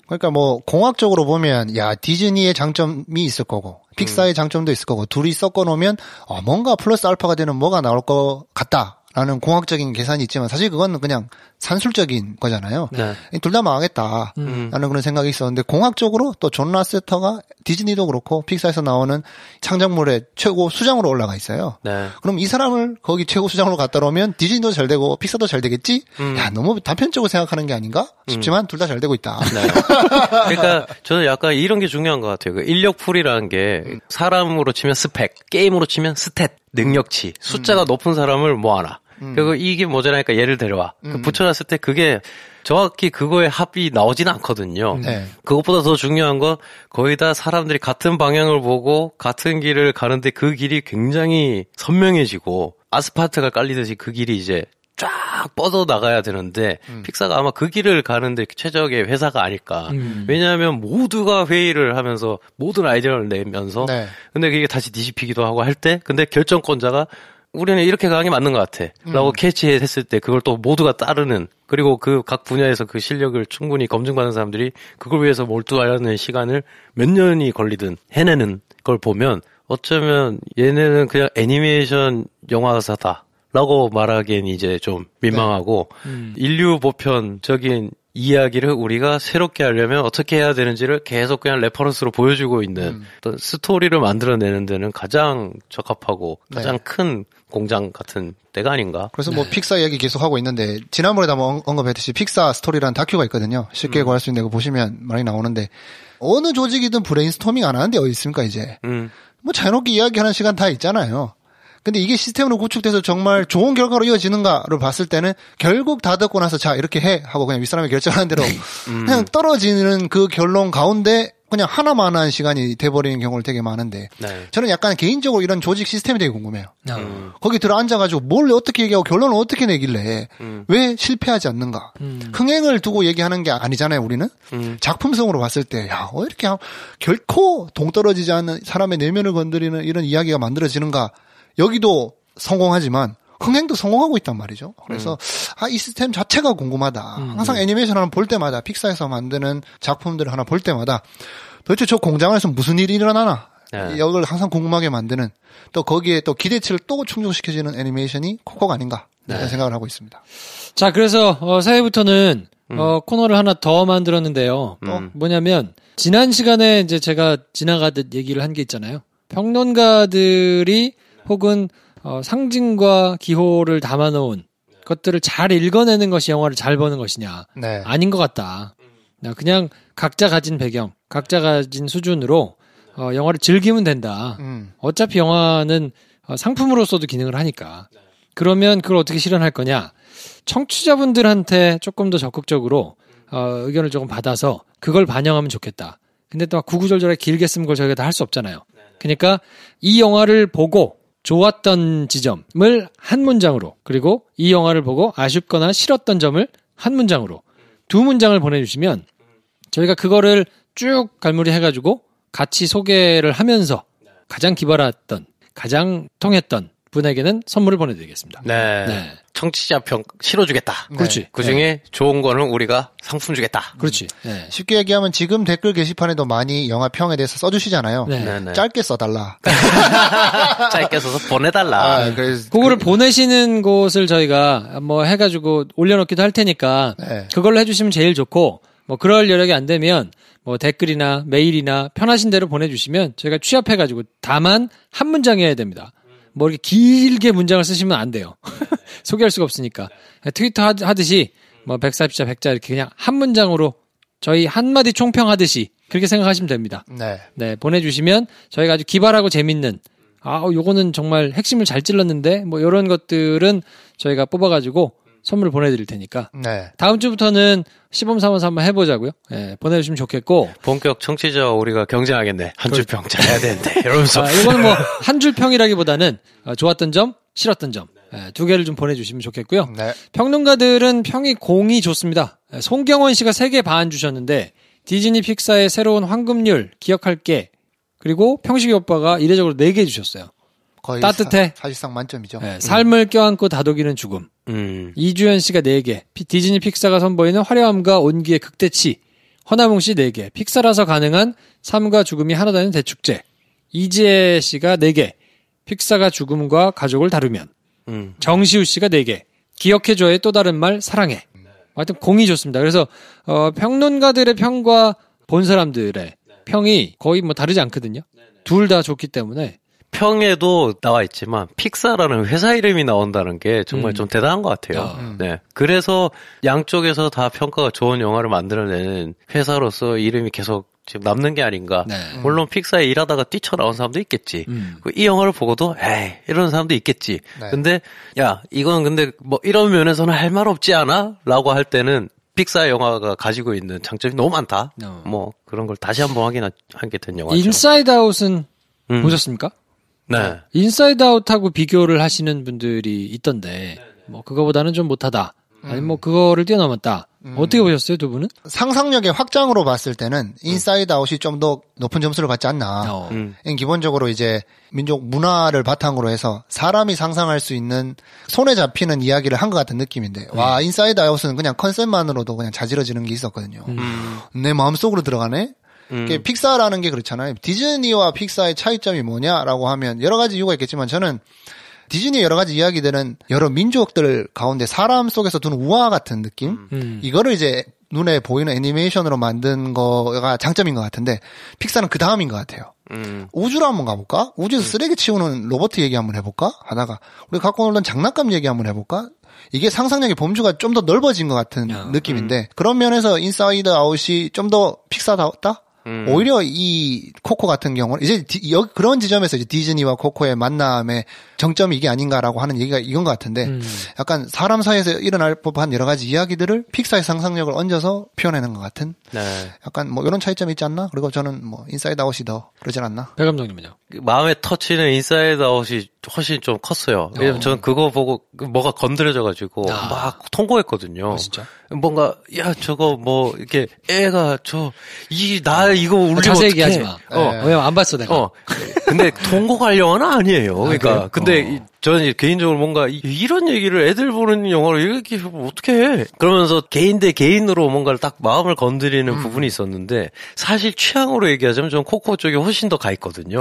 그러니까 뭐 공학적으로 보면 야 디즈니의 장점이 있을 거고
음.
픽사의 장점도 있을 거고 둘이 섞어 놓으면 어, 뭔가 플러스 알파가 되는 뭐가 나올 것 같다. 라는 공학적인 계산이 있지만 사실 그건 그냥 산술적인 거잖아요.
네.
둘 다 망하겠다.
음.
라는 그런 생각이 있었는데 공학적으로 또 존 라세터가 디즈니도 그렇고 픽사에서 나오는 창작물의 최고 수장으로 올라가 있어요.
네.
그럼 이 사람을 거기 최고 수장으로 갖다 놓으면 디즈니도 잘 되고 픽사도 잘 되겠지?
음.
야, 너무 단편적으로 생각하는 게 아닌가?
음.
싶지만 둘 다 잘 되고 있다.
네. 그러니까 저는 약간 이런 게 중요한 것 같아요. 그 인력풀이라는 게 사람으로 치면 스펙, 게임으로 치면 스탯, 능력치, 숫자가 높은 사람을 모아라. 그리고 이게 모자라니까 얘를 데려와. 그
음.
붙여놨을 때 그게 정확히 그거의 합이 나오진 않거든요.
네.
그것보다 더 중요한 건 거의 다 사람들이 같은 방향을 보고 같은 길을 가는데 그 길이 굉장히 선명해지고 아스팔트가 깔리듯이 그 길이 이제 쫙 뻗어 나가야 되는데 픽사가 아마 그 길을 가는데 최적의 회사가 아닐까.
음.
왜냐하면 모두가 회의를 하면서 모든 아이디어를 내면서
네.
근데 그게 다시 뒤집히기도 하고 할 때 근데 결정권자가 우리는 이렇게 가는 게 맞는 것 같아. 라고 캐치했을 때 그걸 또 모두가 따르는 그리고 그 각 분야에서 그 실력을 충분히 검증받은 사람들이 그걸 위해서 몰두하려는 시간을 몇 년이 걸리든 해내는 걸 보면 어쩌면 얘네는 그냥 애니메이션 영화사다. 라고 말하기엔 이제 좀 민망하고
음.
인류 보편적인 이야기를 우리가 새롭게 하려면 어떻게 해야 되는지를 계속 그냥 레퍼런스로 보여주고 있는 어떤 스토리를 만들어내는 데는 가장 적합하고 가장
네.
큰 공장 같은 때가 아닌가.
그래서 뭐 픽사 이야기 계속 하고 있는데 지난번에도 한번 언- 언급했듯이 픽사 스토리라는 다큐가 있거든요. 쉽게 구할 수 있는 거 보시면 많이 나오는데 어느 조직이든 브레인스토밍 안 하는데 어디 있습니까 이제?
음.
뭐 자유롭게 이야기하는 시간 다 있잖아요. 근데 이게 시스템으로 구축돼서 정말 좋은 결과로 이어지는가를 봤을 때는 결국 다 듣고 나서 자 이렇게 해 하고 그냥 윗사람이 결정하는 대로 그냥 떨어지는 그 결론 가운데 그냥 하나만한 시간이 돼버리는 경우를 되게 많은데
네.
저는 약간 개인적으로 이런 조직 시스템이 되게 궁금해요. 거기 들어앉아가지고 뭘 어떻게 얘기하고 결론을 어떻게 내길래
음.
왜 실패하지 않는가? 흥행을 두고 얘기하는 게 아니잖아요, 우리는. 작품성으로 봤을 때, 야, 어, 이렇게 하- 결코 동떨어지지 않는 사람의 내면을 건드리는 이런 이야기가 만들어지는가? 여기도 성공하지만 흥행도 성공하고 있단 말이죠. 그래서 아, 이 시스템 자체가 궁금하다. 항상 애니메이션 하나 볼 때마다 픽사에서 만드는 작품들을 하나 볼 때마다 도대체 저 공장 안에서 무슨 일이 일어나나?
네.
역을 항상 궁금하게 만드는 또 거기에 또 기대치를 또 충족시켜주는 애니메이션이 코코가 아닌가
네.
이런 생각을 하고 있습니다.
자, 그래서 어, 사회부터는 어, 코너를 하나 더 만들었는데요.
음.
어, 뭐냐면 지난 시간에 이제 제가 지나가듯 얘기를 한 게 있잖아요. 평론가들이 혹은 어, 상징과 기호를 담아놓은 것들을 잘 읽어내는 것이 영화를 잘 보는 것이냐
네.
아닌 것 같다. 나 그냥 각자 가진 배경, 각자 가진 수준으로 어, 영화를 즐기면 된다.
음.
어차피 영화는 어, 상품으로서도 기능을 하니까. 그러면 그걸 어떻게 실현할 거냐? 청취자분들한테 조금 더 적극적으로 어, 의견을 조금 받아서 그걸 반영하면 좋겠다. 근데 또 막 구구절절하게 길게 쓰면 그걸 저희가 다 할 수 없잖아요. 그러니까 이 영화를 보고 좋았던 지점을 한 문장으로 그리고 이 영화를 보고 아쉽거나 싫었던 점을 한 문장으로 두 문장을 보내주시면 저희가 그거를 쭉 갈무리 해가지고 같이 소개를 하면서 가장 기발했던 가장 통했던 분에게는 선물을 보내드리겠습니다.
네. 청취자 평 실어주겠다.
그렇지.
그 중에 좋은 거는 우리가 상품 주겠다.
그렇지. 네.
쉽게 얘기하면 지금 댓글 게시판에도 많이 영화 평에 대해서 써주시잖아요.
네. 그
네, 네.
짧게 써달라.
짧게 써서 보내달라.
네.
아, 그래서
그거를 보내시는 곳을 저희가 뭐 해가지고 올려놓기도 할 테니까
네.
그걸로 해주시면 제일 좋고 뭐 그럴 여력이 안 되면 뭐 댓글이나 메일이나 편하신 대로 보내주시면 저희가 취합해가지고 다만 한 문장이어야 됩니다. 뭐 이렇게 길게 문장을 쓰시면 안 돼요. *laughs* 소개할 수가 없으니까 트위터 하- 하듯이 뭐 백사십자 백자 이렇게 그냥 한 문장으로 저희 한마디 총평하듯이 그렇게 생각하시면 됩니다.
네.
네, 보내주시면 저희가 아주 기발하고 재밌는 아, 어, 요거는 정말 핵심을 잘 찔렀는데 뭐 이런 것들은 저희가 뽑아가지고 선물 보내드릴 테니까
네.
다음 주부터는 시범 삼아서 한번 해보자고요. 예, 보내주시면 좋겠고
본격 청취자 우리가 경쟁하겠네. 한 줄 평 잘해야 되는데. 이러면서.
아, 이거는 뭐 한 줄 평이라기보다는 어, 좋았던 점, 싫었던 점. 예, 두 개를 좀 보내주시면 좋겠고요.
네.
평론가들은 평이 공이 좋습니다. 예, 송경원 씨가 세 개 반 주셨는데 디즈니 픽사의 새로운 황금률 기억할게 그리고 평식이 오빠가 이례적으로 네 개 주셨어요.
거의
따뜻해.
사, 실상 만점이죠.
예, 삶을 껴안고 다독이는 죽음. 이주연 씨가 4개, 피- 디즈니 픽사가 선보이는 화려함과 온기의 극대치, 허나몽 씨 4개, 픽사라서 가능한 삶과 죽음이 하나되는 네 대축제, 이지혜 씨가 4개, 픽사가 죽음과 가족을 다루면, 정시우 씨가 4개. 기억해줘의 또 다른 말 사랑해. 하여튼 공이 좋습니다. 그래서 어, 평론가들의 평과 본 사람들의 평이 거의 뭐 다르지 않거든요. 둘 다 좋기 때문에
평에도 나와 있지만 픽사라는 회사 이름이 나온다는 게
음.
정말 좀 대단한 것 같아요. 네. 그래서 양쪽에서 다 평가가 좋은 영화를 만들어내는 회사로서 이름이 계속 지금 남는 게 아닌가.
네.
물론 픽사에 일하다가 뛰쳐나온 사람도 있겠지. 그이 영화를 보고도 에이 이런 사람도 있겠지.
음. 네.
근데 야 이건 근데 뭐 이런 면에서는 할 말 없지 않아?라고 할 때는 픽사 영화가 가지고 있는 장점이 너무 많다.
어.
뭐 그런 걸 다시 한번 확인하게 된 영화죠.
인사이드 아웃은 보셨습니까?
네.
인사이드 아웃하고 비교를 하시는 분들이 있던데 뭐 그거보다는 좀 못하다. 아니
음.
뭐 그거를 뛰어넘었다. 어떻게 보셨어요 두 분은?
상상력의 확장으로 봤을
음.
때는 인사이드 아웃이 좀 더 높은 점수를 받지
아,
어.
않나.
음.
기본적으로 이제 민족 문화를 바탕으로 해서 사람이 상상할 수 있는 손에 잡히는 이야기를 한 것 같은 느낌인데 와 인사이드 아웃은 그냥 컨셉만으로도 그냥 자지러지는 게 있었거든요. 내 마음속으로 들어가네. 이게 픽사라는 게 그렇잖아요. 디즈니와 픽사의 차이점이 뭐냐라고 하면 여러 가지 이유가 있겠지만 저는 디즈니 여러 가지 이야기들은 여러 민족들 가운데 사람 속에서 두는 우화 같은 느낌?
음.
이거를 이제 눈에 보이는 애니메이션으로 만든 거가 장점인 것 같은데 픽사는 그 다음인 것 같아요. 우주로 한번 가볼까? 우주에서 쓰레기 치우는 로봇 얘기 한번 해볼까? 하다가 우리 갖고 놀던 장난감 얘기 한번 해볼까? 이게 상상력의 범주가 좀 더 넓어진 것 같은 느낌인데 그런 면에서 인사이드 아웃이 좀 더 픽사다웠다?
음.
오히려 이 코코 같은 경우는 이제 디- 여- 그런 지점에서 이제 디즈니와 코코의 만남의 정점이 이게 아닌가라고 하는 얘기가 이건 것 같은데
음.
약간 사람 사이에서 일어날 법한 여러 가지 이야기들을 픽사의 상상력을 얹어서 표현하는 것 같은
네.
약간 뭐 이런 차이점이 있지 않나? 그리고 저는 뭐 인사이드 아웃이 더 그러진 않나?
배 감독님은요?
그 마음에 터치는 인사이드 아웃이 훨씬 좀 컸어요. 왜냐면 저는 그거 보고 뭐가 건드려져가지고
아.
막 통곡했거든요. 뭔가 야 저거 뭐 이렇게 애가 저 이 나 이거 울리면
아, 자세히
어떡해.
얘기하지 마.
어.
어. 왜안 봤어 내가.
어. 근데 통곡할 영화는 아니에요. 그러니까
그래요?
근데 이- 저는 개인적으로 뭔가 이- 이런 얘기를 애들 보는 영화를 이렇게 어떻게 해? 그러면서 개인 대 개인으로 뭔가를 딱 마음을 건드리는 부분이 있었는데 사실 취향으로 얘기하자면 저는 코코 쪽이 훨씬 더 가 있거든요.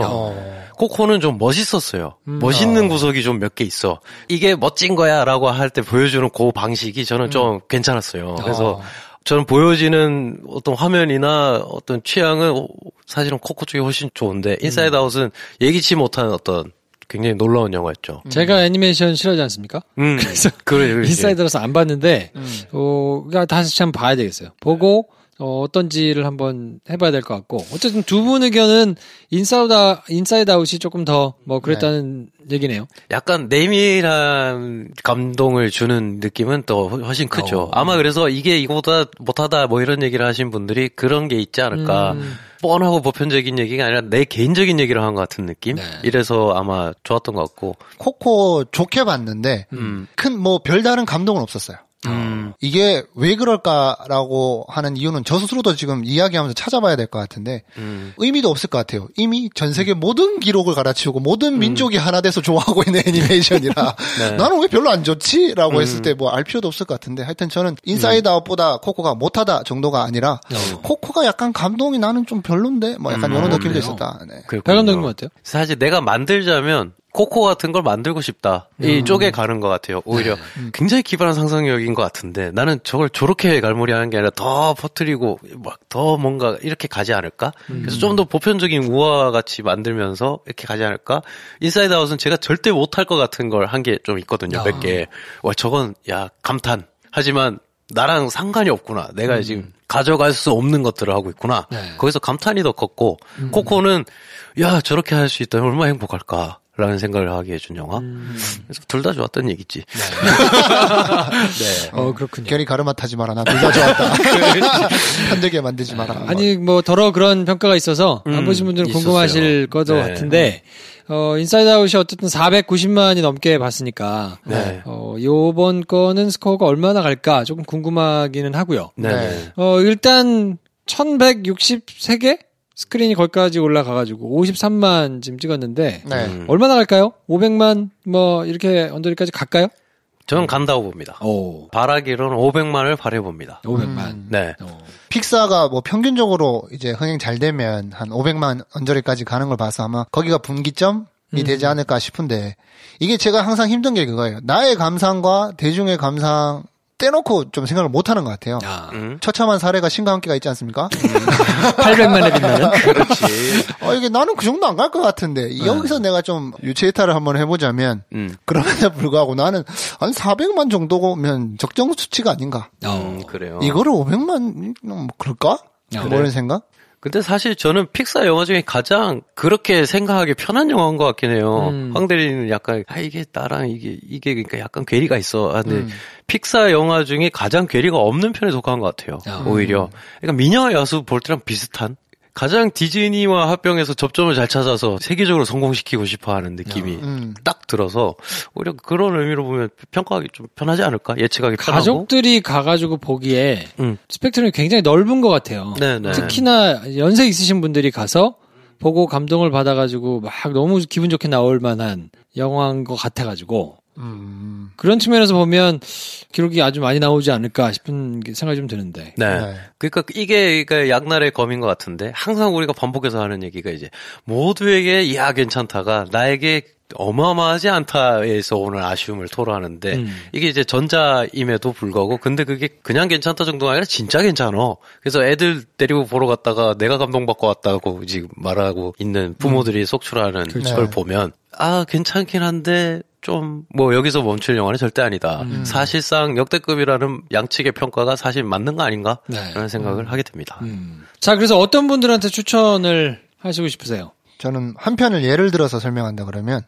코코는 좀 멋있었어요.
음.
멋있는 구석이 좀 몇 개 있어. 이게 멋진 거야라고 할 때 보여주는 그 방식이 저는 좀 괜찮았어요. 그래서 저는 보여지는 어떤 화면이나 어떤 취향은 어, 사실은 코코 쪽이 훨씬
음.
좋은데 인사이드 아웃은 예기치 못한 어떤 굉장히 놀라운 영화였죠.
제가 애니메이션 싫어하지 않습니까?
음.
그래서
*laughs* 그래, 그래.
*laughs* 인사이드라서 안 봤는데
음.
어, 그러니까 다시 한번 봐야 되겠어요. 보고 어, 어떤지를 한번 해봐야 될 것 같고 어쨌든 두 분 의견은 인사이드 아- 인사이드 아웃이 조금 더 뭐 그랬다는 얘기네요.
약간 내밀한 감동을 주는 느낌은 또 훨- 훨씬 크죠.
어.
아마 그래서 이게 이거보다 못하다 뭐 이런 얘기를 하신 분들이 그런 게 있지 않을까.
음.
뻔하고 보편적인 얘기가 아니라 내 개인적인 얘기를 한 것 같은 느낌?
네.
이래서 아마 좋았던 것 같고.
코코 좋게 봤는데
음.
큰 뭐 별다른 감동은 없었어요. 이게 왜 그럴까라고 하는 이유는 저 스스로도 지금 이야기하면서 찾아봐야 될 것 같은데
음.
의미도 없을 것 같아요. 이미 전 세계 모든 기록을 갈아치우고 모든 민족이 하나 돼서 좋아하고
*laughs*
있는 애니메이션이라
음. 네.
나는 왜 별로 안 좋지?라고 했을
음.
때 뭐 알 필요도 없을 것 같은데 하여튼 저는 인사이드 아웃보다 코코가 못하다 정도가 아니라 코코가 약간 감동이 나는 좀 별론데 뭐 약간
어. 음,
이런 느낌도
그래요?
있었다. 네.
백원동님
같아요?
사실 내가 만들자면 코코 같은 걸 만들고 싶다. 이
음.
쪽에 가는 것 같아요. 오히려 굉장히 기발한 상상력인 것 같은데 나는 저걸 저렇게 갈무리하는 게 아니라 더 퍼뜨리고 막 더 뭔가 이렇게 가지 않을까? 그래서 좀 더 보편적인 우화 같이 만들면서 이렇게 가지 않을까? 인사이드 아웃은 제가 절대 못할 것 같은 걸 한 게 좀 있거든요. 몇 개. 와 저건 야 감탄. 하지만 나랑 상관이 없구나. 내가
음.
지금 가져갈 수 없는 것들을 하고 있구나.
네.
거기서 감탄이 더 컸고
음.
코코는 야 저렇게 할 수 있다면 얼마나 행복할까. 라는 생각을 하게 해준 영화.
음.
그래서 둘 다 좋았던 얘기지. 네.
어 그렇군요.
괜히 가르마 타지 마라. 나 둘 다 좋았다. 편들게 만들지 마라.
아니 뭐 더러 그런 평가가 있어서 안 보신 분들은
음, 있었어요.
궁금하실 것도
네.
같은데 어 인사이드 아웃이 어쨌든 490만이 넘게 봤으니까
네.
어 요번 거는 스코어가 얼마나 갈까 조금 궁금하기는 하고요.
네. 네.
어 일단 1163개 스크린이 거기까지 올라가 가지고 53만 지금 찍었는데
*laughs* 네.
음. 얼마나 갈까요? 500만 뭐 이렇게 언저리까지 갈까요?
저는 간다고 봅니다. 바라기로는 500만을 바래봅니다.
500만.
네.
어,
픽사가 뭐 평균적으로 이제 흥행 잘 되면 한 500만 언저리까지 가는 걸 봐서 아마 거기가 분기점 되지
음.
않을까 싶은데 이게 제가 항상 힘든 게 그거예요. 나의 감상과 대중의 감상 떼놓고 좀 생각을 못 하는 것 같아요.
음?
처참한 사례가 신과함 끼가 있지 않습니까?
음. 800만에 빛나는.
그렇지. *laughs* 어, 이게 나는 그 정도 안 갈 것 같은데
네.
여기서 내가 좀 유체이탈을 한번 해보자면 그럼에도 불구하고 나는 한 400만 정도면 적정 수치가 아닌가.
음, 그래요.
어. 이거를 500만 뭐 그럴까?
아,
그런
그래?
생각?
근데 사실 저는 픽사 영화 중에 가장 그렇게 생각하기 편한 영화인 것 같긴 해요.
음.
황 대리는 약간 아 이게 나랑 이게 이게 그러니까 약간 괴리가 있어. 아, 근데
음.
픽사 영화 중에 가장 괴리가 없는 편에 속한 것 같아요. 오히려 그러니까 미녀와 야수 볼 때랑 비슷한 가장 디즈니와 합병해서 접점을 잘 찾아서 세계적으로 성공시키고 싶어하는 느낌이
아.
음.
딱 들어서 오히려 그런 의미로 보면 평가하기 좀 편하지 않을까 예측하기 편하고 음.
가족들이 가가지고 보기에 스펙트럼이 굉장히 넓은 것 같아요.
네, 네.
특히나 연세 있으신 분들이 가서 보고 감동을 받아가지고 막 너무 기분 좋게 나올 만한 영화인 것 같아가지고
음.
그런 측면에서 보면 기록이 아주 많이 나오지 않을까 싶은 게 생각이 좀 드는데.
네. 그러니까 이게 그러니까 양날의 검인 것 같은데 항상 우리가 반복해서 하는 얘기가 이제 모두에게 야 괜찮다가 나에게 어마어마하지 않다에서 오는 아쉬움을 토로하는데
음.
이게 이제 전자임에도 불구하고 근데 그게 그냥 괜찮다 정도가 아니라 진짜 괜찮어. 그래서 애들 데리고 보러 갔다가 내가 감동받고 왔다고 지금 말하고 있는 부모들이 속출하는
그렇죠.
걸
네.
보면 아 괜찮긴 한데 좀 뭐 여기서 멈출 영화는 절대 아니다. 사실상 역대급이라는 양측의 평가가 사실 맞는 거 아닌가? 라는 생각을 하게 됩니다.
음. 자 그래서 어떤 분들한테 추천을 하시고 싶으세요?
저는 한 편을 예를 들어서 설명한다 그러면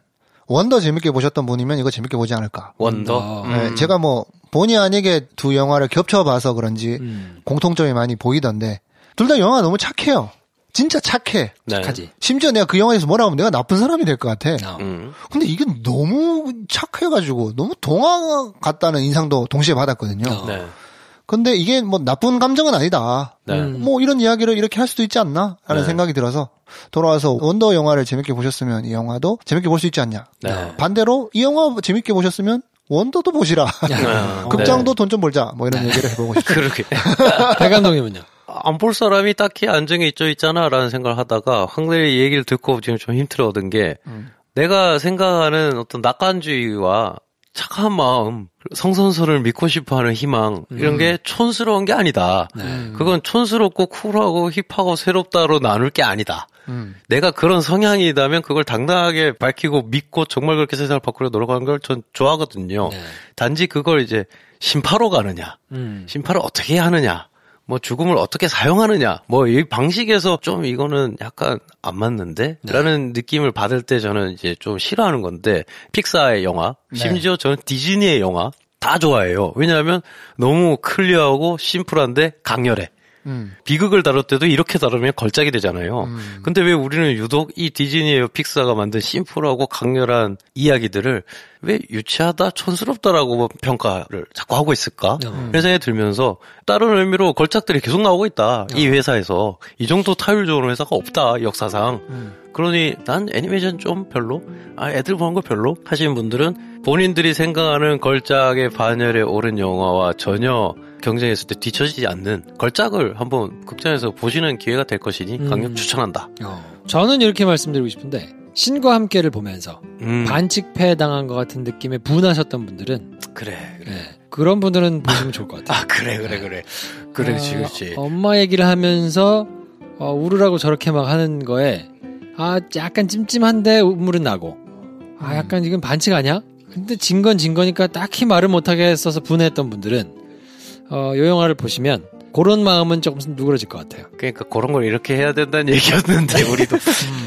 원더 재밌게 보셨던 분이면 이거 재밌게 보지 않을까.
음,
어,
원더.
네, 제가 뭐 본의 아니게 두 영화를 겹쳐봐서 그런지
음.
음.
공통점이 많이 보이던데 둘 다 영화 너무 착해요. 진짜 착해.
네. 착하지.
심지어 내가 그 영화에서 뭐라 하면 내가 나쁜 사람이 될 것
어.
같아.
음.
근데 이게 너무 착해가지고 너무 동화 같다는 인상도 동시에 받았거든요.
네.
근데 이게 뭐 나쁜 감정은 아니다.
네.
뭐 이런 이야기를 이렇게 할 수도 있지 않나 하는
네.
생각이 들어서 돌아와서 원더 영화를 재밌게 보셨으면 이 영화도 재밌게 볼 수 있지 않냐.
네.
반대로 이 영화 재밌게 보셨으면 원더도 보시라.
*laughs*
*laughs* 네.
극장도 돈 좀 벌자. 뭐 이런 얘기를 해보고
*laughs*
싶어요.
*laughs* 그렇게.
대감독님은요?
안 볼 사람이 딱히 안정에 있죠 있잖아라는 생각을 하다가 황대리 얘기를 듣고 지금 좀 힘들어 얻은 게 내가 생각하는 어떤 낙관주의와 착한 마음, 성선설을 믿고 싶어하는 희망 이런
음.
게 촌스러운 게 아니다. 그건 촌스럽고 쿨하고 힙하고 새롭다로 나눌 게 아니다. 내가 그런 성향이 있다면 그걸 당당하게 밝히고 믿고 정말 그렇게 세상을 바꾸려 노력하는 걸 전 좋아하거든요.
네.
단지 그걸 이제 심파로 가느냐,
음.
심파를 어떻게 하느냐, 뭐 죽음을 어떻게 사용하느냐, 뭐 이 방식에서 좀 이거는 약간 안 맞는데? 라는 느낌을 받을 때 저는 이제 좀 싫어하는 건데, 픽사의 영화,
네.
심지어 저는 디즈니의 영화, 다 좋아해요. 왜냐하면 너무 클리어하고 심플한데 강렬해. 비극을 다룰 때도 이렇게 다루면 걸작이 되잖아요. 근데 왜 우리는 유독 이 디즈니의 픽사가 만든 심플하고 강렬한 이야기들을 왜 유치하다, 촌스럽다라고 평가를 자꾸 하고 있을까? 그런 생각이 들면서 다른 의미로 걸작들이 계속 나오고 있다. 이 회사에서. 이 정도 타율 좋은 회사가 없다, 역사상. 그러니 난 애니메이션 좀 별로, 아, 애들 보는 거 별로 하시는 분들은 본인들이 생각하는 걸작의 반열에 오른 영화와 전혀 경쟁했을 때 뒤처지지 않는 걸작을 한번 극장에서 보시는 기회가 될 것이니
음.
강력 추천한다.
저는 이렇게 말씀드리고 싶은데 신과 함께를 보면서
음.
반칙패 당한 것 같은 느낌에 분하셨던 분들은
그래,
그래. 그런
*laughs*
분들은 보시면 좋을 것 같아요.
아, 그래, 그래, 그래. 아, 그래, 그렇지, 그렇지.
어, 엄마 얘기를 하면서 어, 울으라고 저렇게 막 하는 거에 아 약간 찜찜한데 눈물은 나고
음.
아 약간 이건 반칙 아니야? 근데 진 건 진 거니까 딱히 말을 못하게 했어서 분해했던 분들은 어, 요 영화를 보시면 그런 마음은 조금 누그러질 것 같아요.
그러니까 그런 걸 이렇게 해야 된다는 얘기였는데 우리도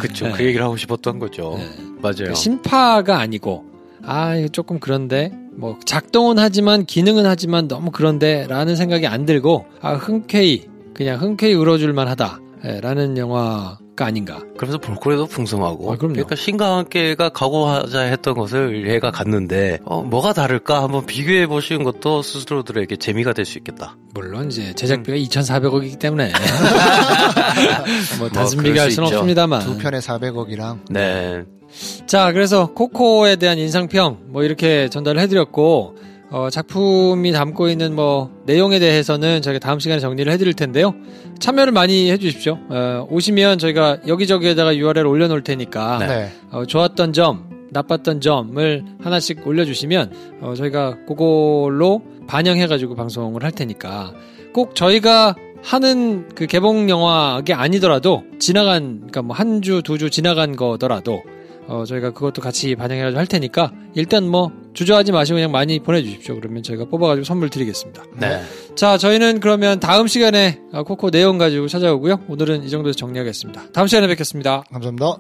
그쵸 그 얘기를 하고 싶었던 거죠. 맞아요.
그 심파가 아니고 아 이거 조금 그런데 뭐 작동은 하지만 기능은 하지만 너무 그런데라는 생각이 안 들고 아 흔쾌히 그냥 흔쾌히 울어줄만하다라는 영화가 아닌가.
그래서 볼거리도 풍성하고
아, 그럼요.
그러니까 신과 함께가 각오하자 했던 것을 얘가 갔는데 어, 뭐가 다를까 한번 비교해 보시는 것도 스스로들에게 제미가 될 수 있겠다.
물론 이제
음.
제작비가 2,400억이기
*laughs*
때문에 뭐
뭐
단순
그럴
비교할
수
수는
있죠.
없습니다만
두 편에 400억이랑
네.
자, 그래서 코코에 대한 인상평 뭐 이렇게 전달을 해드렸고 어, 작품이 담고 있는 뭐 내용에 대해서는 저희가 다음 시간에 정리를 해드릴 텐데요. 참여를 많이 해주십시오. 어, 오시면 저희가 여기저기에다가 URL 올려놓을 테니까
네.
어, 좋았던 점, 나빴던 점을 하나씩 올려주시면 어, 저희가 그걸로 반영해가지고 방송을 할 테니까 꼭 저희가 하는 그 개봉 영화가 아니더라도 지나간 그러니까 뭐 한 주 두 주 지나간 거더라도 어, 저희가 그것도 같이 반영해가지고 할 테니까 일단 뭐 주저하지 마시고 그냥 많이 보내주십시오. 그러면 저희가 뽑아가지고 선물 드리겠습니다.
네.
자, 저희는 그러면 다음 시간에 어, 코코 내용 가지고 찾아오고요. 오늘은 이 정도에서 정리하겠습니다. 다음 시간에 뵙겠습니다.
감사합니다.